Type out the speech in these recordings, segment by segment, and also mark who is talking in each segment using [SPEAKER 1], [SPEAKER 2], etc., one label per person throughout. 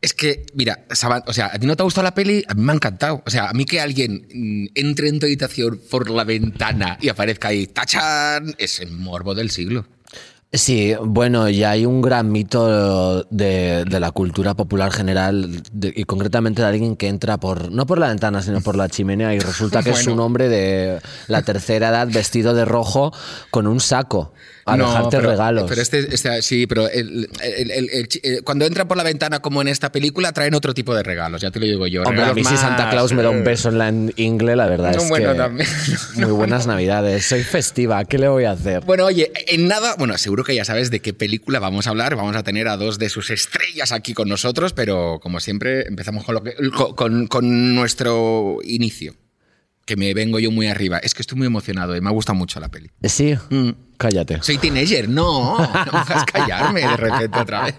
[SPEAKER 1] Es que, mira, Saban- o sea, a ti no te ha gustado la peli, a mí me ha encantado. O sea, a mí que alguien mm, entre en tu habitación por la ventana y aparezca ahí, ¡tachan! Es el morbo del siglo.
[SPEAKER 2] Sí, bueno, y hay un gran mito de, de la cultura popular general de- y concretamente de alguien que entra por, no por la ventana, sino por la chimenea y resulta que es
[SPEAKER 1] Bueno.
[SPEAKER 2] un hombre de la tercera edad vestido de rojo con un saco a
[SPEAKER 1] No,
[SPEAKER 2] dejarte
[SPEAKER 1] pero-
[SPEAKER 2] regalos.
[SPEAKER 1] Pero este, este- sí, pero el- el- el- el chi- eh, cuando entran por la ventana, como en esta película, traen otro tipo de regalos, ya te lo digo yo.
[SPEAKER 2] Hombre, a
[SPEAKER 1] regalos
[SPEAKER 2] mí si
[SPEAKER 1] más,
[SPEAKER 2] Santa Claus me da
[SPEAKER 1] eh,
[SPEAKER 2] un beso en la en- ingle, la verdad
[SPEAKER 1] No,
[SPEAKER 2] es
[SPEAKER 1] bueno,
[SPEAKER 2] que
[SPEAKER 1] también.
[SPEAKER 2] muy buenas navidades, soy festiva, ¿qué le voy a hacer?
[SPEAKER 1] Bueno, oye, en nada, bueno, seguro que ya sabes de qué película vamos a hablar. Vamos a tener a dos de sus estrellas aquí con nosotros, pero como siempre, empezamos con, lo que- con- con- con nuestro inicio, que me vengo yo muy arriba. Es que estoy muy emocionado y me ha gustado mucho la peli. Mm.
[SPEAKER 2] Sí, cállate.
[SPEAKER 1] Soy teenager, no, no me hagas callarme de repente otra vez.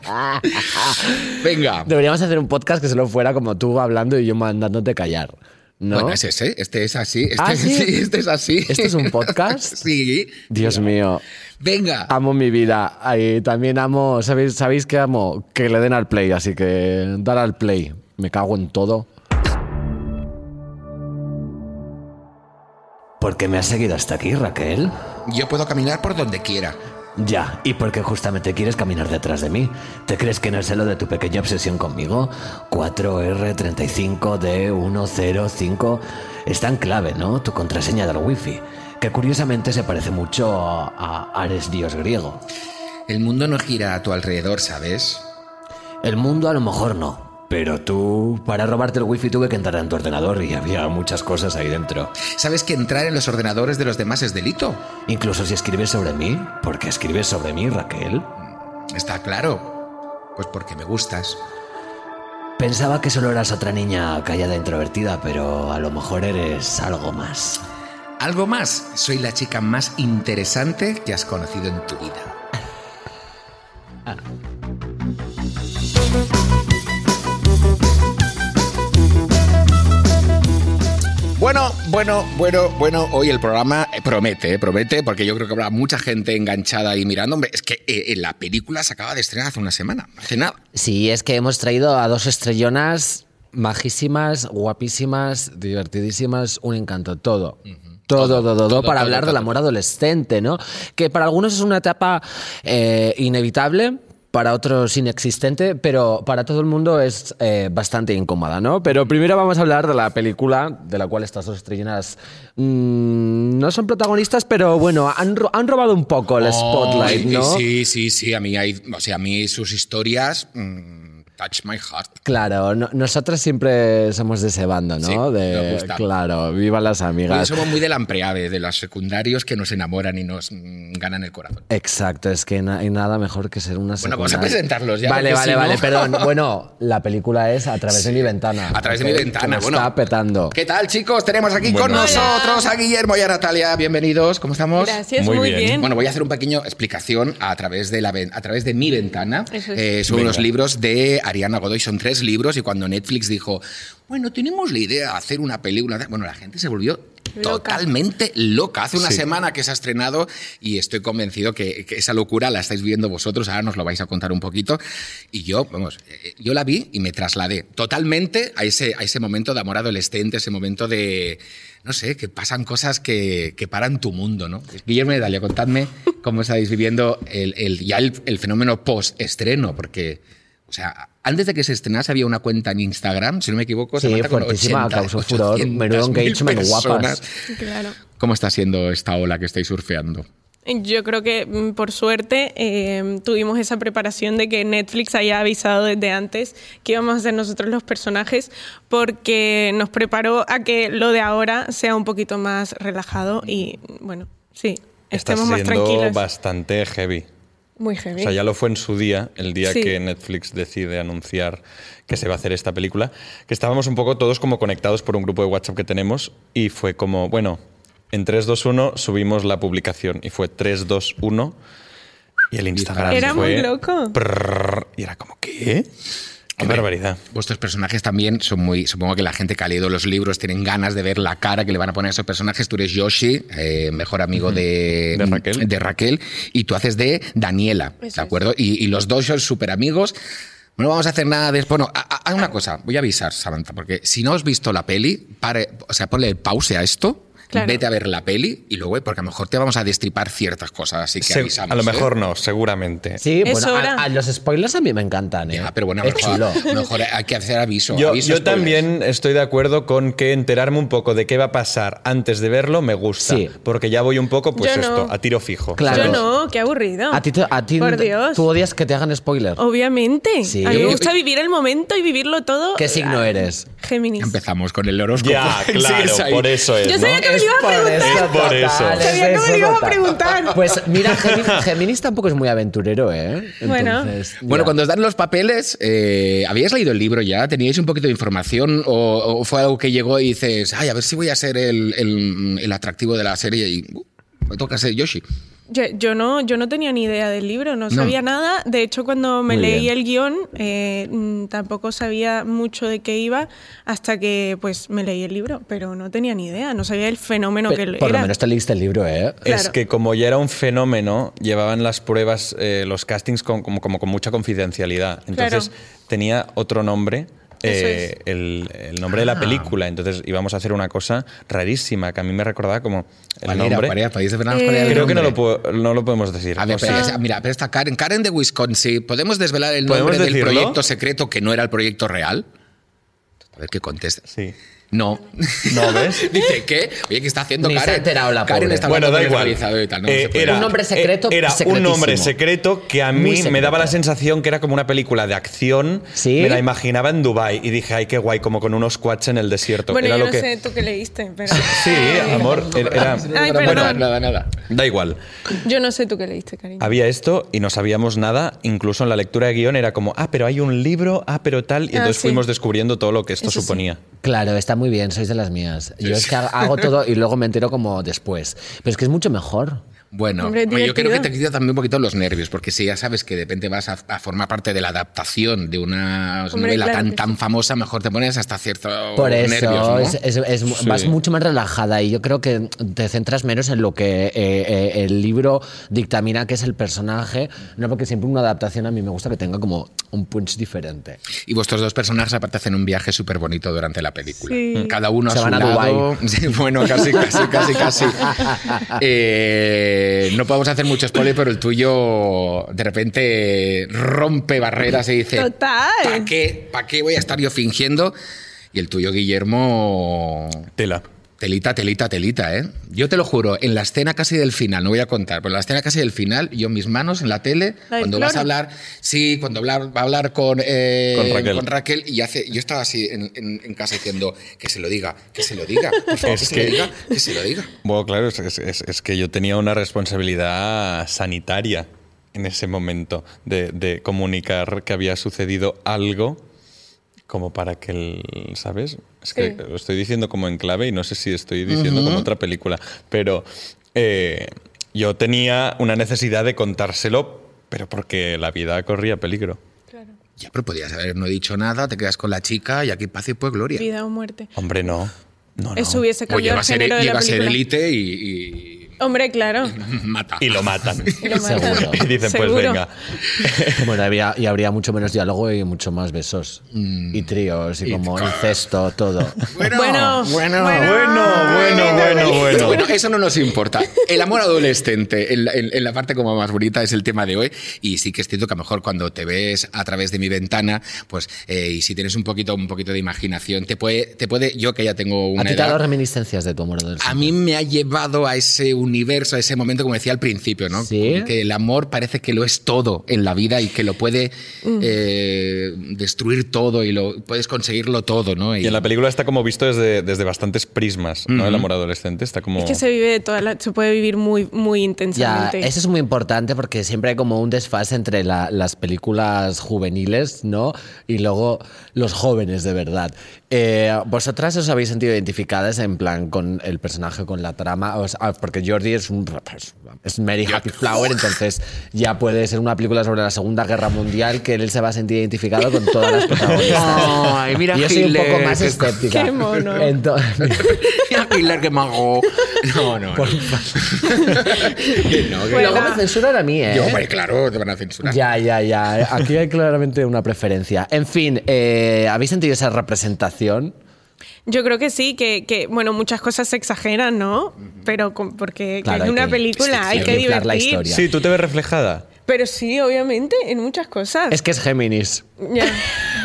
[SPEAKER 1] Venga.
[SPEAKER 2] Deberíamos hacer un podcast que solo fuera como tú hablando y yo mandándote callar. ¿no?
[SPEAKER 1] Bueno, es ese, este es así, este,
[SPEAKER 2] ¿Ah, sí?
[SPEAKER 1] sí, este es así.
[SPEAKER 2] ¿Esto es un podcast?
[SPEAKER 1] sí.
[SPEAKER 2] Dios mío,
[SPEAKER 1] Venga.
[SPEAKER 2] amo mi vida. Ay, también amo, ¿sabéis, ¿sabéis que amo? Que le den al play, así que dar al play. Me cago en todo. Porque me has seguido hasta aquí, Raquel?
[SPEAKER 1] Yo puedo caminar por donde quiera.
[SPEAKER 2] Ya, y porque justamente quieres caminar detrás de mí. ¿Te crees que no es lo de tu pequeña obsesión conmigo? 4R35D105 es tan clave, ¿no? Tu contraseña del wifi, que curiosamente se parece mucho a, a Ares Dios griego.
[SPEAKER 1] El mundo no gira a tu alrededor, ¿sabes?
[SPEAKER 2] El mundo a lo mejor no. Pero tú, para robarte el wifi tuve que entrar en tu ordenador y había muchas cosas ahí dentro.
[SPEAKER 1] ¿Sabes que entrar en los ordenadores de los demás es delito?
[SPEAKER 2] Incluso si escribes sobre mí, porque escribes sobre mí, Raquel.
[SPEAKER 1] Está claro. Pues porque me gustas.
[SPEAKER 2] Pensaba que solo eras otra niña callada e introvertida, pero a lo mejor eres algo más.
[SPEAKER 1] Algo más, soy la chica más interesante que has conocido en tu vida. Bueno, bueno, bueno, bueno, hoy el programa eh, promete, eh, promete, porque yo creo que habrá mucha gente enganchada y mirando. Hombre, es que eh, eh, la película se acaba de estrenar hace una semana, hace nada.
[SPEAKER 2] Sí, es que hemos traído a dos estrellonas majísimas, guapísimas, divertidísimas, un encanto, todo. Todo, todo, todo,
[SPEAKER 1] todo,
[SPEAKER 2] para
[SPEAKER 1] todo,
[SPEAKER 2] hablar
[SPEAKER 1] todo,
[SPEAKER 2] del amor adolescente, ¿no? Que para algunos es una etapa eh, inevitable, para otros inexistente, pero para todo el mundo es eh, bastante incómoda, ¿no? Pero primero vamos a hablar de la película de la cual estas dos estrellonas mm, no son protagonistas, pero bueno, han, ro- han robado un poco el spotlight,
[SPEAKER 1] Ay,
[SPEAKER 2] ¿no?
[SPEAKER 1] Sí, sí, sí, a mí, hay, o sea, a mí sus historias mm, touch my heart.
[SPEAKER 2] Claro, no- nosotros siempre somos de ese bando, ¿no?
[SPEAKER 1] Sí,
[SPEAKER 2] de,
[SPEAKER 1] nos gusta.
[SPEAKER 2] Claro, viva las
[SPEAKER 1] Porque
[SPEAKER 2] amigas.
[SPEAKER 1] somos muy del ampreave, de los secundarios que nos enamoran y nos mm, ganan el corazón.
[SPEAKER 2] Exacto, es que na- hay nada mejor que ser una
[SPEAKER 1] Bueno, vamos a
[SPEAKER 2] secundaria.
[SPEAKER 1] presentarlos ya,
[SPEAKER 2] Vale,
[SPEAKER 1] porque
[SPEAKER 2] vale,
[SPEAKER 1] si no-
[SPEAKER 2] vale, perdón. Bueno, la película es A través de mi ventana.
[SPEAKER 1] A través de
[SPEAKER 2] ok,
[SPEAKER 1] mi
[SPEAKER 2] que
[SPEAKER 1] ventana,
[SPEAKER 2] me
[SPEAKER 1] bueno.
[SPEAKER 2] Está petando.
[SPEAKER 1] ¿Qué tal, chicos? Tenemos aquí con
[SPEAKER 3] Hola.
[SPEAKER 1] nosotros a Guillermo y a Natalia. Bienvenidos, ¿cómo estamos?
[SPEAKER 3] Gracias,
[SPEAKER 4] Muy
[SPEAKER 3] muy,
[SPEAKER 4] bien.
[SPEAKER 3] bien.
[SPEAKER 1] Bueno, voy a hacer un pequeño explicación a través de, la, ven- a través de mi ventana.
[SPEAKER 3] Eso es.
[SPEAKER 1] Eh, son
[SPEAKER 4] Venga.
[SPEAKER 1] unos libros de Ariana Godoy, son tres libros y cuando Netflix dijo, bueno, tenemos la idea de hacer una película, bueno, la gente se volvió
[SPEAKER 3] Loca.
[SPEAKER 1] totalmente loca. Hace una semana que se ha estrenado y estoy convencido que, que esa locura la estáis viendo vosotros, ahora nos lo vais a contar un poquito. Y yo, vamos, eh, yo la vi y me trasladé totalmente a ese, a ese momento de amor adolescente, ese momento de, no sé, que pasan cosas que, que paran tu mundo, ¿no? Guillermo y Dalia, contadme cómo estáis viviendo el, el- ya el, el fenómeno post-estreno, porque... O sea, antes de que se estrenase había una cuenta en Instagram, si no me equivoco,
[SPEAKER 2] Sí,
[SPEAKER 1] Samantha, con
[SPEAKER 2] fuertísima,
[SPEAKER 1] 80,
[SPEAKER 2] causó furor,
[SPEAKER 1] 800.000
[SPEAKER 2] menudo engagement, guapas.
[SPEAKER 1] personas.
[SPEAKER 3] Claro.
[SPEAKER 1] ¿Cómo está siendo esta ola que estáis surfeando?
[SPEAKER 3] Yo creo que mm, por suerte eh, tuvimos esa preparación de que Netflix haya avisado desde antes que íbamos a ser nosotros los personajes, porque nos preparó a que lo de ahora sea un poquito más relajado y bueno, sí,
[SPEAKER 4] Estás
[SPEAKER 3] estemos más
[SPEAKER 4] siendo
[SPEAKER 3] tranquilos.
[SPEAKER 4] bastante heavy.
[SPEAKER 3] Muy heavy.
[SPEAKER 4] O sea, ya lo fue en su día, el día
[SPEAKER 3] Sí.
[SPEAKER 4] que Netflix decide anunciar que se va a hacer esta película, que estábamos un poco todos como conectados por un grupo de WhatsApp que tenemos y fue como, bueno, en 321 subimos la publicación y fue 321 y el Instagram
[SPEAKER 3] Era muy
[SPEAKER 4] fue
[SPEAKER 3] loco.
[SPEAKER 4] prrrr, y era como, ¿qué? ¡Qué
[SPEAKER 1] Hombre,
[SPEAKER 4] barbaridad!
[SPEAKER 1] Vuestros personajes también son muy. Supongo que la gente que ha leído los libros tienen ganas de ver la cara que le van a poner a esos personajes. Tú eres Yoshi, eh, mejor amigo de,
[SPEAKER 4] De Raquel.
[SPEAKER 1] de Raquel, y tú haces de Daniela,
[SPEAKER 3] Eso
[SPEAKER 1] ¿de
[SPEAKER 3] es.
[SPEAKER 1] acuerdo? Y, y los dos son súper amigos. No vamos a hacer nada de. Bueno, a- a- haz una cosa, voy a avisar, Samantha, porque si no has visto la peli, pare, o sea, ponle pause a esto.
[SPEAKER 3] Claro.
[SPEAKER 1] Vete a ver la peli y luego, porque a lo mejor te vamos a destripar ciertas cosas, así que
[SPEAKER 4] Se-
[SPEAKER 1] avisamos.
[SPEAKER 4] a lo
[SPEAKER 1] ¿eh?
[SPEAKER 4] mejor no, seguramente.
[SPEAKER 2] Sí,
[SPEAKER 3] Es
[SPEAKER 2] bueno, a,
[SPEAKER 3] hora.
[SPEAKER 2] a los spoilers a mí me encantan. ¿eh?
[SPEAKER 1] Ya, pero bueno, a lo
[SPEAKER 2] es
[SPEAKER 1] mejor,
[SPEAKER 2] chulo.
[SPEAKER 1] a lo mejor hay que hacer aviso.
[SPEAKER 4] Yo,
[SPEAKER 1] aviso
[SPEAKER 4] yo
[SPEAKER 1] spoilers.
[SPEAKER 4] también estoy de acuerdo con que enterarme un poco de qué va a pasar antes de verlo me gusta.
[SPEAKER 2] Sí.
[SPEAKER 4] Porque ya voy un poco, pues
[SPEAKER 3] Yo
[SPEAKER 4] esto,
[SPEAKER 3] no.
[SPEAKER 4] a tiro fijo.
[SPEAKER 2] Claro.
[SPEAKER 3] Yo no, qué aburrido.
[SPEAKER 2] A ti, te- a ti
[SPEAKER 3] Por Dios.
[SPEAKER 2] tú odias que te hagan spoiler.
[SPEAKER 3] Obviamente.
[SPEAKER 2] Sí.
[SPEAKER 3] A mí me gusta vivir el momento y vivirlo todo. Ah,
[SPEAKER 2] ¿Qué signo eres?
[SPEAKER 3] Géminis.
[SPEAKER 1] Empezamos con el horóscopo.
[SPEAKER 4] Ya,
[SPEAKER 1] Sigues
[SPEAKER 4] claro,
[SPEAKER 1] ahí.
[SPEAKER 4] por eso es.
[SPEAKER 3] Yo
[SPEAKER 4] ¿no?
[SPEAKER 3] sabía que me lo iba a preguntar.
[SPEAKER 4] Es por eso.
[SPEAKER 3] Sabía que me lo ibas a
[SPEAKER 2] total.
[SPEAKER 3] preguntar.
[SPEAKER 2] Pues mira, Géminis, Géminis tampoco es muy aventurero, ¿eh?
[SPEAKER 3] Bueno.
[SPEAKER 2] Entonces,
[SPEAKER 1] Bueno,
[SPEAKER 2] ya.
[SPEAKER 1] cuando os dan los papeles, eh, ¿habíais leído el libro ya? ¿Teníais un poquito de información? ¿O, o fue algo que llegó y dices, ay, a ver si voy a ser el, el- el atractivo de la serie y uh, me toca ser Yoshi?
[SPEAKER 3] Yo, yo no, yo no tenía ni idea del libro, no, sabía nada. De hecho, cuando me
[SPEAKER 2] Muy
[SPEAKER 3] leí
[SPEAKER 2] bien.
[SPEAKER 3] el guión, eh, mm, tampoco sabía mucho de qué iba hasta que pues me leí el libro, pero no tenía ni idea, no sabía el fenómeno que
[SPEAKER 2] Pe- Por
[SPEAKER 3] era.
[SPEAKER 2] lo menos te leíste el libro, ¿eh?
[SPEAKER 4] Es
[SPEAKER 3] Claro.
[SPEAKER 4] que como ya era un fenómeno, llevaban las pruebas, eh, los castings con, como, como con mucha confidencialidad. Entonces tenía otro nombre.
[SPEAKER 3] Eso
[SPEAKER 4] eh, el, el nombre de la película entonces íbamos a hacer una cosa rarísima que a mí me recordaba como el
[SPEAKER 1] ¿Cuál era?
[SPEAKER 4] nombre
[SPEAKER 1] ¿Cuál era? ¿Podéis desvelarnos cuál era el
[SPEAKER 2] Eh,
[SPEAKER 4] creo que no lo,
[SPEAKER 1] nombre?
[SPEAKER 4] puedo- no lo podemos decir
[SPEAKER 1] A ver,
[SPEAKER 4] O sea,
[SPEAKER 1] espera, ya- mira, pero está Karen, Karen de Wisconsin. ¿Podemos desvelar el nombre
[SPEAKER 4] ¿Podemos
[SPEAKER 1] del
[SPEAKER 4] decirlo?
[SPEAKER 1] proyecto secreto que no era el proyecto real? A ver qué contesta.
[SPEAKER 4] sí
[SPEAKER 1] No.
[SPEAKER 4] no ves
[SPEAKER 1] Dice, ¿qué? Oye, ¿qué está haciendo
[SPEAKER 2] Ni se ha
[SPEAKER 1] Karen?
[SPEAKER 2] enterado la
[SPEAKER 1] Karen
[SPEAKER 2] pobre.
[SPEAKER 1] está
[SPEAKER 4] bueno,
[SPEAKER 1] hablando
[SPEAKER 4] da
[SPEAKER 1] con el
[SPEAKER 4] igual.
[SPEAKER 1] realizador y tal, no, no
[SPEAKER 4] Eh,
[SPEAKER 1] se puede.
[SPEAKER 2] Un nombre secreto,
[SPEAKER 4] Era un
[SPEAKER 2] secretísimo.
[SPEAKER 4] nombre secreto que a
[SPEAKER 2] Muy
[SPEAKER 4] mí me
[SPEAKER 2] secreto.
[SPEAKER 4] daba la sensación que era como una película de acción.
[SPEAKER 2] Sí.
[SPEAKER 4] Me la imaginaba en Dubai y dije, ay, qué guay, como con unos quads en el desierto.
[SPEAKER 3] bueno,
[SPEAKER 4] era
[SPEAKER 3] yo
[SPEAKER 4] lo
[SPEAKER 3] no
[SPEAKER 4] que...
[SPEAKER 3] sé tú qué leíste, pero
[SPEAKER 4] Sí, amor, era- era-
[SPEAKER 3] Ay, perdón.
[SPEAKER 1] Bueno, nada, nada.
[SPEAKER 4] da igual.
[SPEAKER 3] yo no sé tú qué leíste, cariño.
[SPEAKER 4] Había esto y no sabíamos nada, incluso en la lectura de guión era como, ah, pero hay un libro, ah, pero tal, y
[SPEAKER 3] Ah,
[SPEAKER 4] entonces
[SPEAKER 3] sí.
[SPEAKER 4] fuimos descubriendo todo lo que esto
[SPEAKER 3] Eso sí.
[SPEAKER 4] suponía.
[SPEAKER 2] Claro, está muy bien, sois de las mías. Yo es que hago todo y luego me entero como después. Pero es que es mucho mejor.
[SPEAKER 1] Bueno,
[SPEAKER 3] Hombre,
[SPEAKER 1] hombre, yo creo que
[SPEAKER 3] divertido.
[SPEAKER 1] te quita también un poquito los nervios, porque si ya sabes que de repente vas a, a formar parte de la adaptación de una
[SPEAKER 3] Hombre,
[SPEAKER 1] novela
[SPEAKER 3] claro
[SPEAKER 1] tan,
[SPEAKER 3] que
[SPEAKER 1] tan famosa, mejor te pones hasta cierto
[SPEAKER 2] Por eso
[SPEAKER 1] nervios, ¿no?
[SPEAKER 2] es- es- es- vas mucho más relajada y yo creo que te centras menos en lo que eh, eh, el libro dictamina que es el personaje, no porque siempre una adaptación a mí me gusta que tenga como un punch diferente.
[SPEAKER 1] Y vuestros dos personajes aparte hacen un viaje súper bonito durante la película.
[SPEAKER 3] Sí.
[SPEAKER 1] Cada uno
[SPEAKER 2] Se
[SPEAKER 1] a su
[SPEAKER 2] van a
[SPEAKER 1] lado. Sí, bueno, casi, casi, casi, casi. Eh, no podemos hacer mucho spoiler, pero el tuyo de repente rompe barreras y dice, ¿para
[SPEAKER 3] Total.
[SPEAKER 1] qué, ¿pa qué voy a estar yo fingiendo? Y el tuyo, Guillermo...
[SPEAKER 4] Tela.
[SPEAKER 1] Telita, telita, telita, ¿eh? Yo te lo juro, en la escena casi del final, no voy a contar, pero en la escena casi del final, yo mis manos en la tele,
[SPEAKER 3] La del
[SPEAKER 1] cuando
[SPEAKER 3] cloro.
[SPEAKER 1] vas a hablar, sí, cuando hablar, va a hablar con, eh,
[SPEAKER 4] Con Raquel.
[SPEAKER 1] y hace, yo estaba así en, en- en casa diciendo, que se lo diga, que se lo diga, por favor, que,
[SPEAKER 4] Es
[SPEAKER 1] se
[SPEAKER 4] que-
[SPEAKER 1] lo diga, que se lo diga.
[SPEAKER 4] Bueno, claro, es, es- es- es que yo tenía una responsabilidad sanitaria en ese momento de, de comunicar que había sucedido algo como para que el, ¿sabes? Es que
[SPEAKER 3] Sí.
[SPEAKER 4] lo estoy diciendo como en clave y no sé si estoy diciendo como otra película, pero eh, yo tenía una necesidad de contárselo, pero porque la vida corría peligro.
[SPEAKER 1] Ya, pero podías haber no dicho nada, te quedas con la chica y aquí paz y pues gloria.
[SPEAKER 3] Vida o muerte.
[SPEAKER 4] Hombre, no. No, no.
[SPEAKER 3] Eso hubiese
[SPEAKER 1] O llega a
[SPEAKER 3] cambiado el
[SPEAKER 1] ser,
[SPEAKER 3] género de
[SPEAKER 1] llega
[SPEAKER 3] la
[SPEAKER 1] a ser
[SPEAKER 3] película.
[SPEAKER 1] élite y,
[SPEAKER 3] Hombre, claro.
[SPEAKER 1] y mata.
[SPEAKER 4] Y lo matan.
[SPEAKER 3] Y lo matan.
[SPEAKER 2] Seguro.
[SPEAKER 4] y dicen,
[SPEAKER 3] Seguro.
[SPEAKER 4] pues venga.
[SPEAKER 2] Bueno, había- y habría mucho menos diálogo y mucho más besos
[SPEAKER 1] Mm.
[SPEAKER 2] y tríos y como incesto, todo.
[SPEAKER 3] Bueno,
[SPEAKER 1] bueno,
[SPEAKER 3] bueno.
[SPEAKER 4] bueno, bueno, bueno.
[SPEAKER 1] Bueno, eso no nos importa. El amor adolescente, en la, en- en la parte como más bonita, es el tema de hoy. Y sí que es cierto que a lo mejor cuando te ves a través de mi ventana, pues, eh, y si tienes un poquito, un poquito de imaginación, te puede, te puede, yo que ya tengo
[SPEAKER 2] ¿A
[SPEAKER 1] una
[SPEAKER 2] ti te ha dado
[SPEAKER 1] edad.
[SPEAKER 2] reminiscencias de tu amor adolescente?
[SPEAKER 1] A mí me ha llevado a ese universo, a ese momento, como decía al principio, ¿no?
[SPEAKER 2] Sí.
[SPEAKER 1] Que el amor parece que lo es todo en la vida y que lo puede
[SPEAKER 2] Mm.
[SPEAKER 1] eh, destruir todo y lo puedes conseguirlo todo, ¿no?
[SPEAKER 4] Y en la película está como visto desde, desde bastantes prismas, ¿no? El amor adolescente está como...
[SPEAKER 3] Es que se vive de toda la, se puede vivir muy, muy
[SPEAKER 2] Ya,
[SPEAKER 3] intensamente.
[SPEAKER 2] eso es muy importante porque siempre hay como un desfase entre la- las películas juveniles, ¿no? Y luego los jóvenes, de verdad. Eh, ¿Vosotras os habéis sentido identificadas en plan con el personaje, con la trama? O sea, porque yo Jordi es, un, es Mary Happy Flower, entonces ya puede ser una película sobre la Segunda Guerra Mundial que él se va a sentir identificado con todas las protagonistas.
[SPEAKER 5] Ay, mira
[SPEAKER 2] Yo soy un
[SPEAKER 5] Hitler,
[SPEAKER 2] poco más
[SPEAKER 5] qué-
[SPEAKER 2] escéptica.
[SPEAKER 3] qué mono.
[SPEAKER 2] Entonces-
[SPEAKER 5] Mira, Hitler, qué mago.
[SPEAKER 1] No, no. no. Que no, que
[SPEAKER 3] Bueno.
[SPEAKER 2] luego me censuran a mí, ¿eh?
[SPEAKER 1] Yo, hombre, claro, te van a censurar.
[SPEAKER 2] Ya, ya, ya. Aquí hay claramente una preferencia. En fin, eh, ¿habéis sentido esa representación?
[SPEAKER 3] Yo creo que sí, que, que, bueno, muchas cosas se exageran, ¿no? Pero con- porque que
[SPEAKER 2] Claro,
[SPEAKER 3] es
[SPEAKER 2] hay
[SPEAKER 3] una
[SPEAKER 2] que-
[SPEAKER 1] sí,
[SPEAKER 3] película,
[SPEAKER 1] sí,
[SPEAKER 3] hay
[SPEAKER 1] hay
[SPEAKER 3] que
[SPEAKER 1] que
[SPEAKER 2] inflar la
[SPEAKER 3] divertir.
[SPEAKER 2] historia.
[SPEAKER 4] Sí, tú te ves reflejada.
[SPEAKER 3] Pero sí, obviamente, en muchas cosas.
[SPEAKER 2] Es que es Géminis.
[SPEAKER 3] Ya.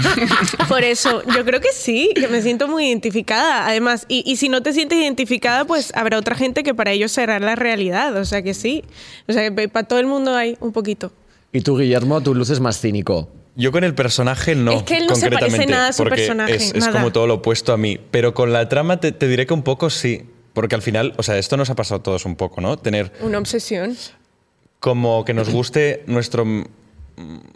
[SPEAKER 3] Por eso, yo creo que sí, que me siento muy identificada. Además, y, y si no te sientes identificada, pues habrá otra gente que para ellos será la realidad. O sea que sí. O sea que para todo el mundo hay un poquito.
[SPEAKER 2] Y tú, Guillermo, tú luces más cínico.
[SPEAKER 4] Yo con el personaje no.
[SPEAKER 3] Es que él no se parece
[SPEAKER 4] concretamente,
[SPEAKER 3] nada a su
[SPEAKER 4] porque
[SPEAKER 3] personaje,
[SPEAKER 4] Es, es
[SPEAKER 3] nada.
[SPEAKER 4] como todo lo opuesto a mí. Pero con la trama te, te diré que un poco sí. Porque al final, o sea, esto nos ha pasado a todos un poco, ¿no? Tener
[SPEAKER 3] Una obsesión.
[SPEAKER 4] como que nos guste nuestro mm,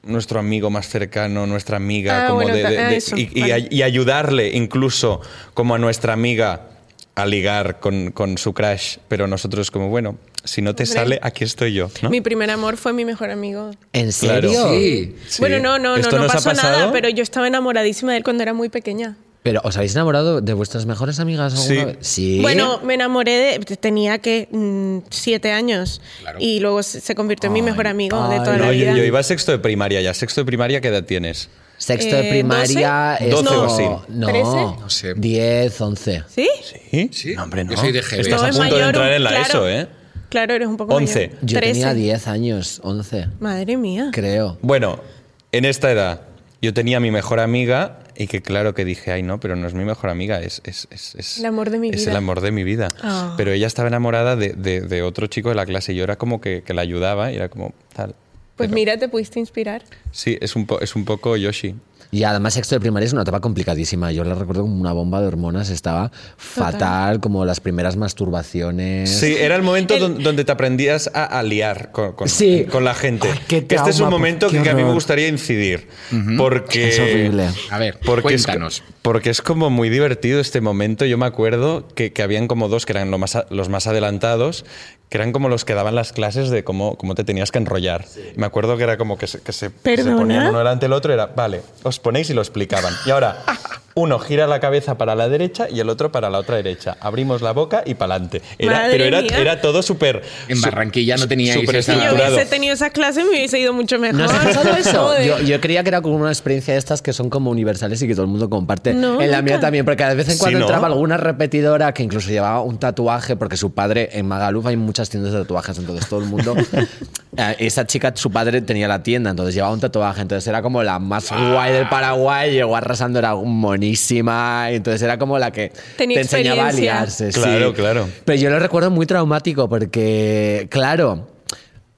[SPEAKER 4] nuestro amigo más cercano, nuestra amiga,
[SPEAKER 3] Ah,
[SPEAKER 4] como
[SPEAKER 3] bueno,
[SPEAKER 4] de-
[SPEAKER 3] ta-
[SPEAKER 4] de-
[SPEAKER 3] ah,
[SPEAKER 4] de-
[SPEAKER 3] eso,
[SPEAKER 4] y, y
[SPEAKER 3] vale.
[SPEAKER 4] ay- y ayudarle incluso como a nuestra amiga a ligar con, con su crush, pero nosotros como, bueno, si no te
[SPEAKER 3] Hombre.
[SPEAKER 4] sale, aquí estoy yo. ¿no?
[SPEAKER 3] Mi primer amor fue mi mejor amigo.
[SPEAKER 2] ¿En
[SPEAKER 4] Claro.
[SPEAKER 2] serio?
[SPEAKER 1] Sí.
[SPEAKER 4] Sí.
[SPEAKER 3] Bueno, no, no, no,
[SPEAKER 4] Esto
[SPEAKER 3] no
[SPEAKER 4] nos ha
[SPEAKER 3] pasó nada,
[SPEAKER 4] pasado.
[SPEAKER 3] pero yo estaba enamoradísima de él cuando era muy pequeña.
[SPEAKER 2] ¿Pero os habéis enamorado de vuestras mejores amigas alguna
[SPEAKER 4] Sí.
[SPEAKER 2] vez? Sí.
[SPEAKER 3] Bueno, me enamoré de. Tenía que. mm, siete años.
[SPEAKER 1] Claro.
[SPEAKER 3] Y luego se se convirtió en mi mejor amigo de toda
[SPEAKER 2] ay,
[SPEAKER 3] la
[SPEAKER 4] No,
[SPEAKER 3] vida.
[SPEAKER 4] yo, yo iba a sexto de primaria ya. ¿Sexto de primaria qué edad tienes?
[SPEAKER 2] Sexto de
[SPEAKER 3] eh,
[SPEAKER 2] primaria.
[SPEAKER 4] 12? 12 o
[SPEAKER 2] no,
[SPEAKER 4] así.
[SPEAKER 2] no,
[SPEAKER 3] ¿Trece?
[SPEAKER 1] No sé.
[SPEAKER 2] 10, 11.
[SPEAKER 3] ¿Sí?
[SPEAKER 4] ¿Sí?
[SPEAKER 1] Sí.
[SPEAKER 4] No, hombre, no.
[SPEAKER 1] Yo soy de GB.
[SPEAKER 4] Estás
[SPEAKER 3] No,
[SPEAKER 4] a
[SPEAKER 3] es
[SPEAKER 4] punto de
[SPEAKER 3] mayor,
[SPEAKER 4] entrar en la
[SPEAKER 3] claro.
[SPEAKER 4] ESO, ¿eh?
[SPEAKER 3] Claro, eres un poco
[SPEAKER 4] Once.
[SPEAKER 3] mayor.
[SPEAKER 2] Yo tenía
[SPEAKER 3] Trece.
[SPEAKER 2] 10 años, 11,
[SPEAKER 3] Madre mía.
[SPEAKER 2] creo.
[SPEAKER 4] Bueno, en esta edad yo tenía a mi mejor amiga y que claro que dije, ay no, pero no es mi mejor amiga, es... es, es, es-
[SPEAKER 3] El amor de mi
[SPEAKER 4] es
[SPEAKER 3] vida.
[SPEAKER 4] el amor de mi vida.
[SPEAKER 3] Ah.
[SPEAKER 4] Pero ella estaba enamorada de, de- de otro chico de la clase y yo era como que, que la ayudaba y era como tal.
[SPEAKER 3] Pues mira, te pudiste inspirar.
[SPEAKER 4] Sí, es un, po- es un poco Yoshi.
[SPEAKER 2] Y además sexto de primaria es una etapa complicadísima. Yo la recuerdo como una bomba de hormonas. Estaba fatal, como las primeras masturbaciones.
[SPEAKER 4] Sí, era el momento
[SPEAKER 3] El-
[SPEAKER 4] don- donde te aprendías a, a liar con, con-
[SPEAKER 2] Sí.
[SPEAKER 4] con la gente.
[SPEAKER 2] Ay, qué
[SPEAKER 4] Que este es
[SPEAKER 2] trauma,
[SPEAKER 4] un momento
[SPEAKER 2] qué
[SPEAKER 4] que, que a mí me
[SPEAKER 2] horror.
[SPEAKER 4] gustaría incidir. Porque
[SPEAKER 2] Es horrible.
[SPEAKER 1] A ver,
[SPEAKER 4] es-
[SPEAKER 1] cuéntanos.
[SPEAKER 4] porque es como muy divertido este momento. Yo me acuerdo que, que habían como dos que eran lo más a- los más adelantados, que eran como los que daban las clases de cómo, cómo te tenías que enrollar. Me acuerdo que era como que se, que se- que se
[SPEAKER 3] ¿Perdona?
[SPEAKER 4] ponían uno delante del otro. Era, vale, os ponéis y lo explicaban. Y ahora, uno gira la cabeza para la derecha y el otro para la otra derecha. Abrimos la boca y para adelante.
[SPEAKER 3] Madre
[SPEAKER 4] Pero era,
[SPEAKER 3] mía.
[SPEAKER 4] era todo súper...
[SPEAKER 1] En Barranquilla no teníais
[SPEAKER 4] súper
[SPEAKER 1] esa-
[SPEAKER 3] Si yo
[SPEAKER 4] estructurado.
[SPEAKER 3] hubiese tenido esas clases, me hubiese ido mucho mejor.
[SPEAKER 2] ¿No has escuchado eso?
[SPEAKER 3] Joder.
[SPEAKER 2] Yo, yo creía que era como una experiencia de estas que son como universales y que todo el mundo comparte.
[SPEAKER 3] No,
[SPEAKER 2] en la mía
[SPEAKER 3] nunca.
[SPEAKER 2] también, porque de vez en
[SPEAKER 4] Sí,
[SPEAKER 2] cuando
[SPEAKER 4] ¿no?
[SPEAKER 2] entraba alguna repetidora que incluso llevaba un tatuaje, porque su padre en Magaluf hay muchas tiendas de tatuajes, entonces todo el mundo. Eh, Esa chica, su padre tenía la tienda, entonces llevaba un tatuaje, entonces era como la más guay del Paraguay, llegó arrasando, era monísima, y entonces era como la que
[SPEAKER 3] Tenía
[SPEAKER 2] te enseñaba a
[SPEAKER 3] experiencia.
[SPEAKER 2] liarse. sí.
[SPEAKER 4] Claro, claro.
[SPEAKER 2] Pero yo lo recuerdo muy traumático porque, claro,